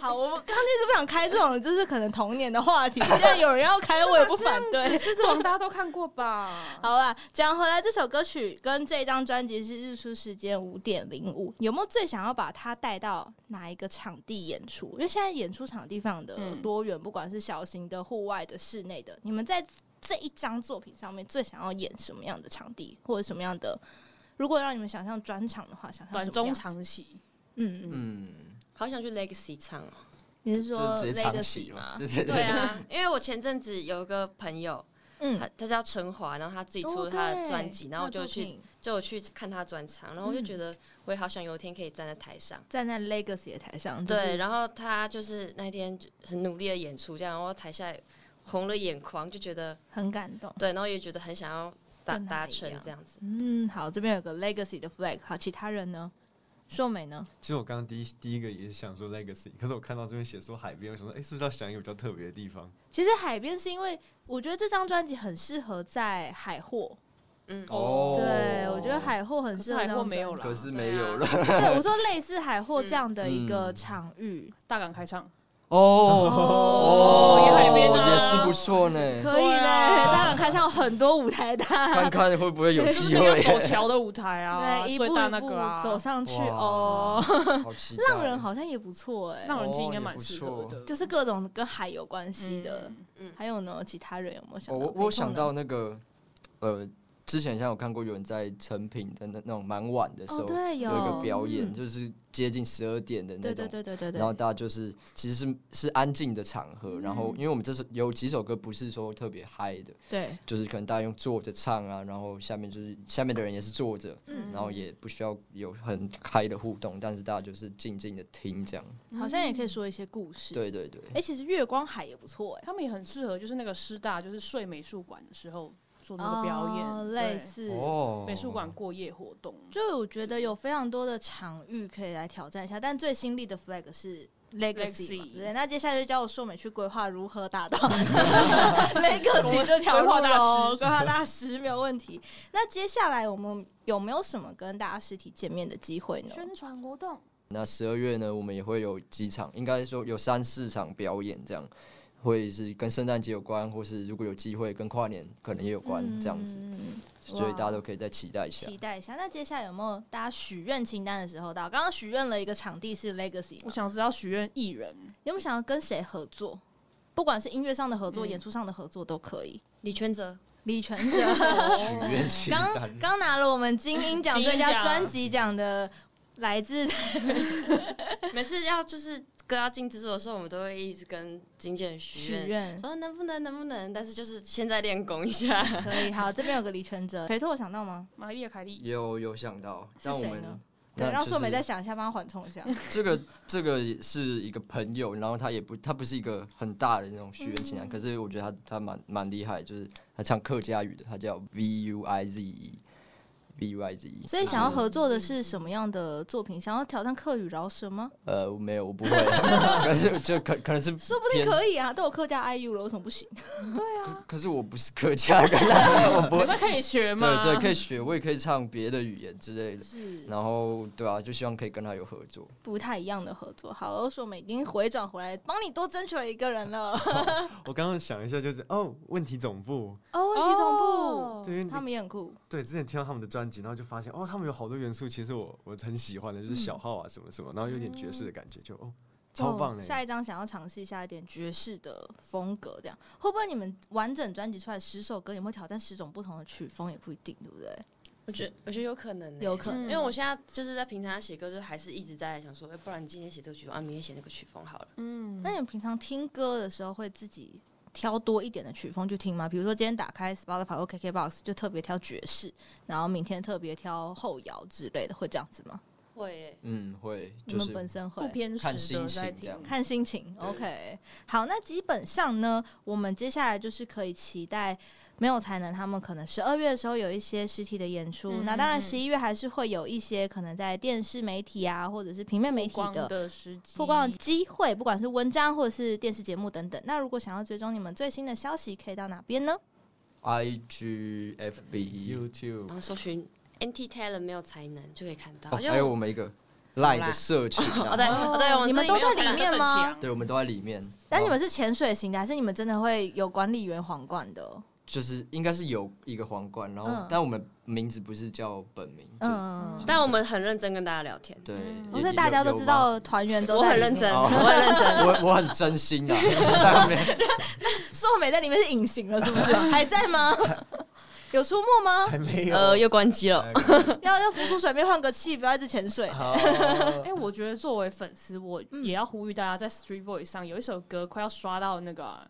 好，我刚刚一直不想开这种，就是可能童年的话题。现在有人要开，我也不反对。狮子王大家都看过吧？好啦，讲回来，这首歌曲跟这张专辑是日出时间五点零五，有没有最想要把它带到哪一个场地演出？因为现在演出场地非常的嗯多元，不管是小型的、户外的、室内的，你们在这一张作品上面最想要演什么样的场地，或者什么样的？如果让你们想象专场的话，想象短什么中样子，长期，嗯，嗯，好想去 Legacy 唱哦。你是就说是直接唱 Legacy 起吗嘛，？就直接对啊，因为我前阵子有一个朋友，嗯他，他叫陈华，然后他自己出哦了他的对专辑，然后我他的作就去品就有嗯去看他专场，然后我就觉得我也好想有一天可以站在台上。站在 Legacy 的台上，就是对，然后他就是那天就很努力的演出，这样，然后台下也红了眼眶，就觉得很感动。对，然后也觉得很想要达跟他达一成样这样子。嗯，好，这边有个 legacy 的 flag，好，其他人呢？秀美呢？其实我刚刚第一第一个也是想说 legacy，可是我看到这边写说海边，我想说，哎、是不是要想一个比较特别的地方？其实海边是因为我觉得这张专辑很适合在海货，嗯，哦，对啊我觉得海货很可适是合这海张货专辑。没有了，可是没有了对，我说类似海货这样的一个嗯场域，大港开唱，哦哦也海边啊也是不错呢。 可以对嘞。啊当然，看上很多舞台看大，看会不会 有就是机那 个会，走桥的舞台啊，对，一步最大那个啊一步，走上去哇哦。，好期待浪人好像也不错哎，让人记应该哦蛮也不适合错的，就是各种跟海有关系的。嗯还有呢，其他人有没有想哦到？我没空我想呢到那个，呃，之前像有看过有人在成品的那那种蛮晚的时哦，候、对，有有一个表演，嗯就是接近十二点的那对种，对对对对对。嗯然后大家就是其实是是安静的场合，然后因为我们这首有几首歌不是说特别嗨的，对，就是可能大家用坐着唱啊，然后下面就是下面的人也是坐着，嗯然后也不需要有很嗨的互动，但是大家就是静静的听这样。好像也可以说一些故事。，对对对，哎、其实月光海也不错哎、他们也很适合，就是那个师大，就是睡美术馆的时候做那个表演，哦对类似。哦美术馆过夜活动。就我觉得有非常多的场域可以来挑战一下，但最新力的 flag 是 legacy 嘛 Legacy 对，那接下来就教我硕美去规划如何 达到 legacy 这条路规划大喽师，规划大师没有问题。那接下来我们有没有什么跟大家实体见面的机会呢？宣传活动，那十二月呢，我们也会有几场，应该说有三四场表演这样，会是跟圣诞节有关，或是如果有机会跟跨年可能也有关、这样子，嗯所以大哇家都可以再期待一下期。待一下。那接下来有没有大家许愿清单的时候到？刚刚许愿了一个场地是 Legacy，我嘛想知道许愿艺人你有没有想要跟谁合作？不管是音乐上的合作、嗯演出上的合作都可以。李全哲，李全哲哦许愿 清刚 刚拿了我们金鹰奖金最鹰佳奖专辑奖的，来自 每次要就是歌要进制作的时候，我们都会一直跟经纪人许许愿，愿。说能不能能不能，但是就是现在练功一 下。可以，好，这边有个李全 哲，腿托有想到吗？玛丽亚凯莉，也有有想到，但我谁们呢那对，让就硕美是再想一下，帮他缓冲一下。这个这个是一个朋友，然后他也不他不是一个很大的那种许愿嗯清单，可是我觉得他他蛮蛮厉害，就是他唱客家语的，他叫 V U I Z E V U I Z E， 所以想要合作的是什么样的作品？想要挑战客语饶舌吗？呃我没有我不会， 可是就可可能是说不定偏可以啊，都有客家 IU 了，为什么不行？可是我不是 客家人啊，我不会。那可以学吗？对对，可以学，我也可以唱别的语言之类的。是然后对啊，就希望可以跟他有合作。不太一样的合作。好，欧硕美已经回转回来，帮你多争取了一个人了。我刚刚想一下，就是哦，问题总部， 哦，问题总部，哦对，因为他们也很酷。对之前听到他们的专辑，然后就发现哦，他们有好多元素，其实我我很喜欢的，嗯就是小号啊什么什么，然后有点爵士的感觉，就哦，超棒的。哦下一张想要尝试一下一点爵士的风格，这样会不会你们完整专辑出来十首歌，你们会挑战十种不同的曲风也不一定，对不对？我觉得我觉得有可能欸、有可能因为我现在就是在平常写歌，就还是一直在想说，哎、不然你今天写这个曲风，啊，明天写那个曲风好了。嗯那你们平常听歌的时候会自己挑多一点的曲风去听吗？比如说今天打开 Spotify 或 KKBox 就特别挑爵士，然后明天特别挑后摇之类的，会这样子吗？会、欸，嗯，会你就们是本身不会。偏食看心的情在这听样，看心情对，OK，好，那基本上呢，我们接下来就是可以期待没有才能他们可能十二月的时候有一些实体的演出，嗯那当然嗯十一月还是会有一些可能在电视媒体啊或者是平面媒体曝光的的时机，曝光的机会，不管是文章或者是电视节目等等。那如果想要追踪你们最新的消息，可以到哪边呢？ I G F B E，哦 YouTube 然后搜寻 NT Talent 没有才能就可以看到。哦，因还为有我我们一个么啦 Line 的社群啊， 哦对哦对，我你们这里都没有在里才能面啊吗？对，我们都在里面。但你然后们是潜水型的，还是你们真的会有管理员皇冠的？就是应该是有一个皇冠，然后、嗯但我们名字不是叫本名，就嗯，但我们很认真跟大家聊天，对，嗯我也是大家都知。有道团员都我在很里面认真，哦我很认 真。有吧 我我很真心 啊，在后面 硕美在里面是隐形了，是不是？还在吗？有出没吗？还没有，呃，又关机了。哎要要浮出水面换个气，不要一直潜水。好，哎、我觉得作为粉丝，我嗯也要呼吁大家在 Street Voice 上有一首歌快要刷到那个啊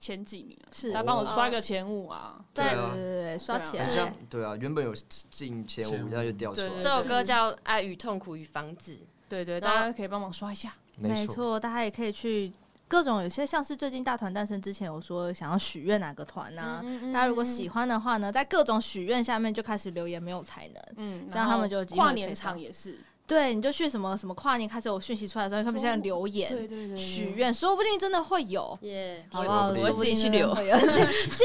前几名了，是大家哦帮我刷个前五啊！对对啊对，对对，刷起来 很。像对啊，原本有进前前五，五现在就掉出对这来，首歌叫《爱与痛苦与防止》，对对，然后大家可以帮忙刷一下。没，错，大家也可以去各种有些像是最近大团诞生之前，有说想要许愿哪个团嗯啊。大家如果喜欢的话呢，在各种许愿下面就开始留言，没有才能。嗯，这样他们就有然后机会可跨以年上场也是，对，你就去什么什么跨年开始有讯息出来的时候，他们现在留对言对对，许愿，说不定真的会有，耶、好不好？说不定说不定我自己去真的留会有，自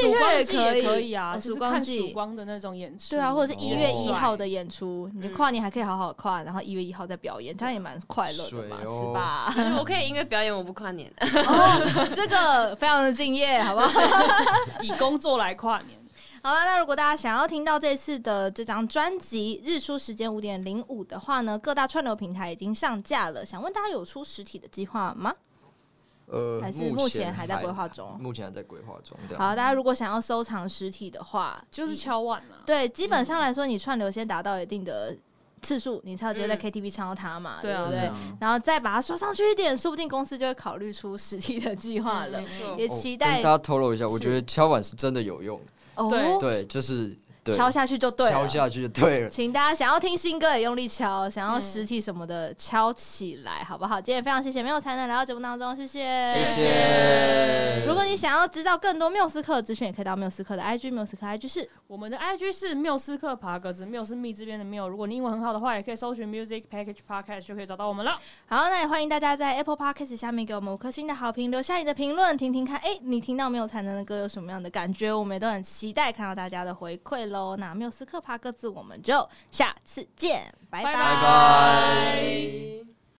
己曙光去也季也可可以以啊，哦就曙是光看季曙光的那种演出，对啊，或者是一哦月一号的演出，你嗯跨年还可以好好跨，然后一月一号再表演，这样也蛮快乐的嘛，水哦是吧？ 嗯我可以音乐表演，我不跨年。哦，这个非常的敬业，好不 好？以工作来跨年。好了，那如果大家想要听到这次的这张专辑《日出时间五点零五》的话呢，各大串流平台已经上架了。想问大家有出实体的计划吗？呃，还是目目前还在规划中？中？目前还在规划中，对啊，好，大家如果想要收藏实体的话，就是你敲碗啊嘛。对，基本上来说，你串流先达到一定的次数，你才有机会在嗯 KTV 唱到它嘛，对啊不对对？嗯然后再把它刷上去一点，说不定公司就会考虑出实体的计划了嗯没。错，也哦期跟待大家透露一下，我是觉得敲碗是真的有用，哦对，对，就是对敲下去就对敲了。下去就对了。请大家想要听新歌也用力敲，想要嗯实体什么的敲起来，好不好？今天非常谢谢没有才能来到节目当中，谢谢，谢谢。如果你想要知道更多缪斯克的资讯，也可以到缪斯克的 IG，缪斯克 IG 是我们的 IG 是缪斯克爬格子，缪是蜜这边的缪。如果你英文很好的话，也可以搜寻 Music Package Podcast 就可以找到我们了。好，那也欢迎大家在 Apple Podcast 下面给我们五颗星的好评，留下你的评论，听听看，哎、你听到没有才能的歌有什么样的感觉？我们也都很期待看到大家的回馈喽。那缪斯克爬各自，我们就下次见，拜拜拜拜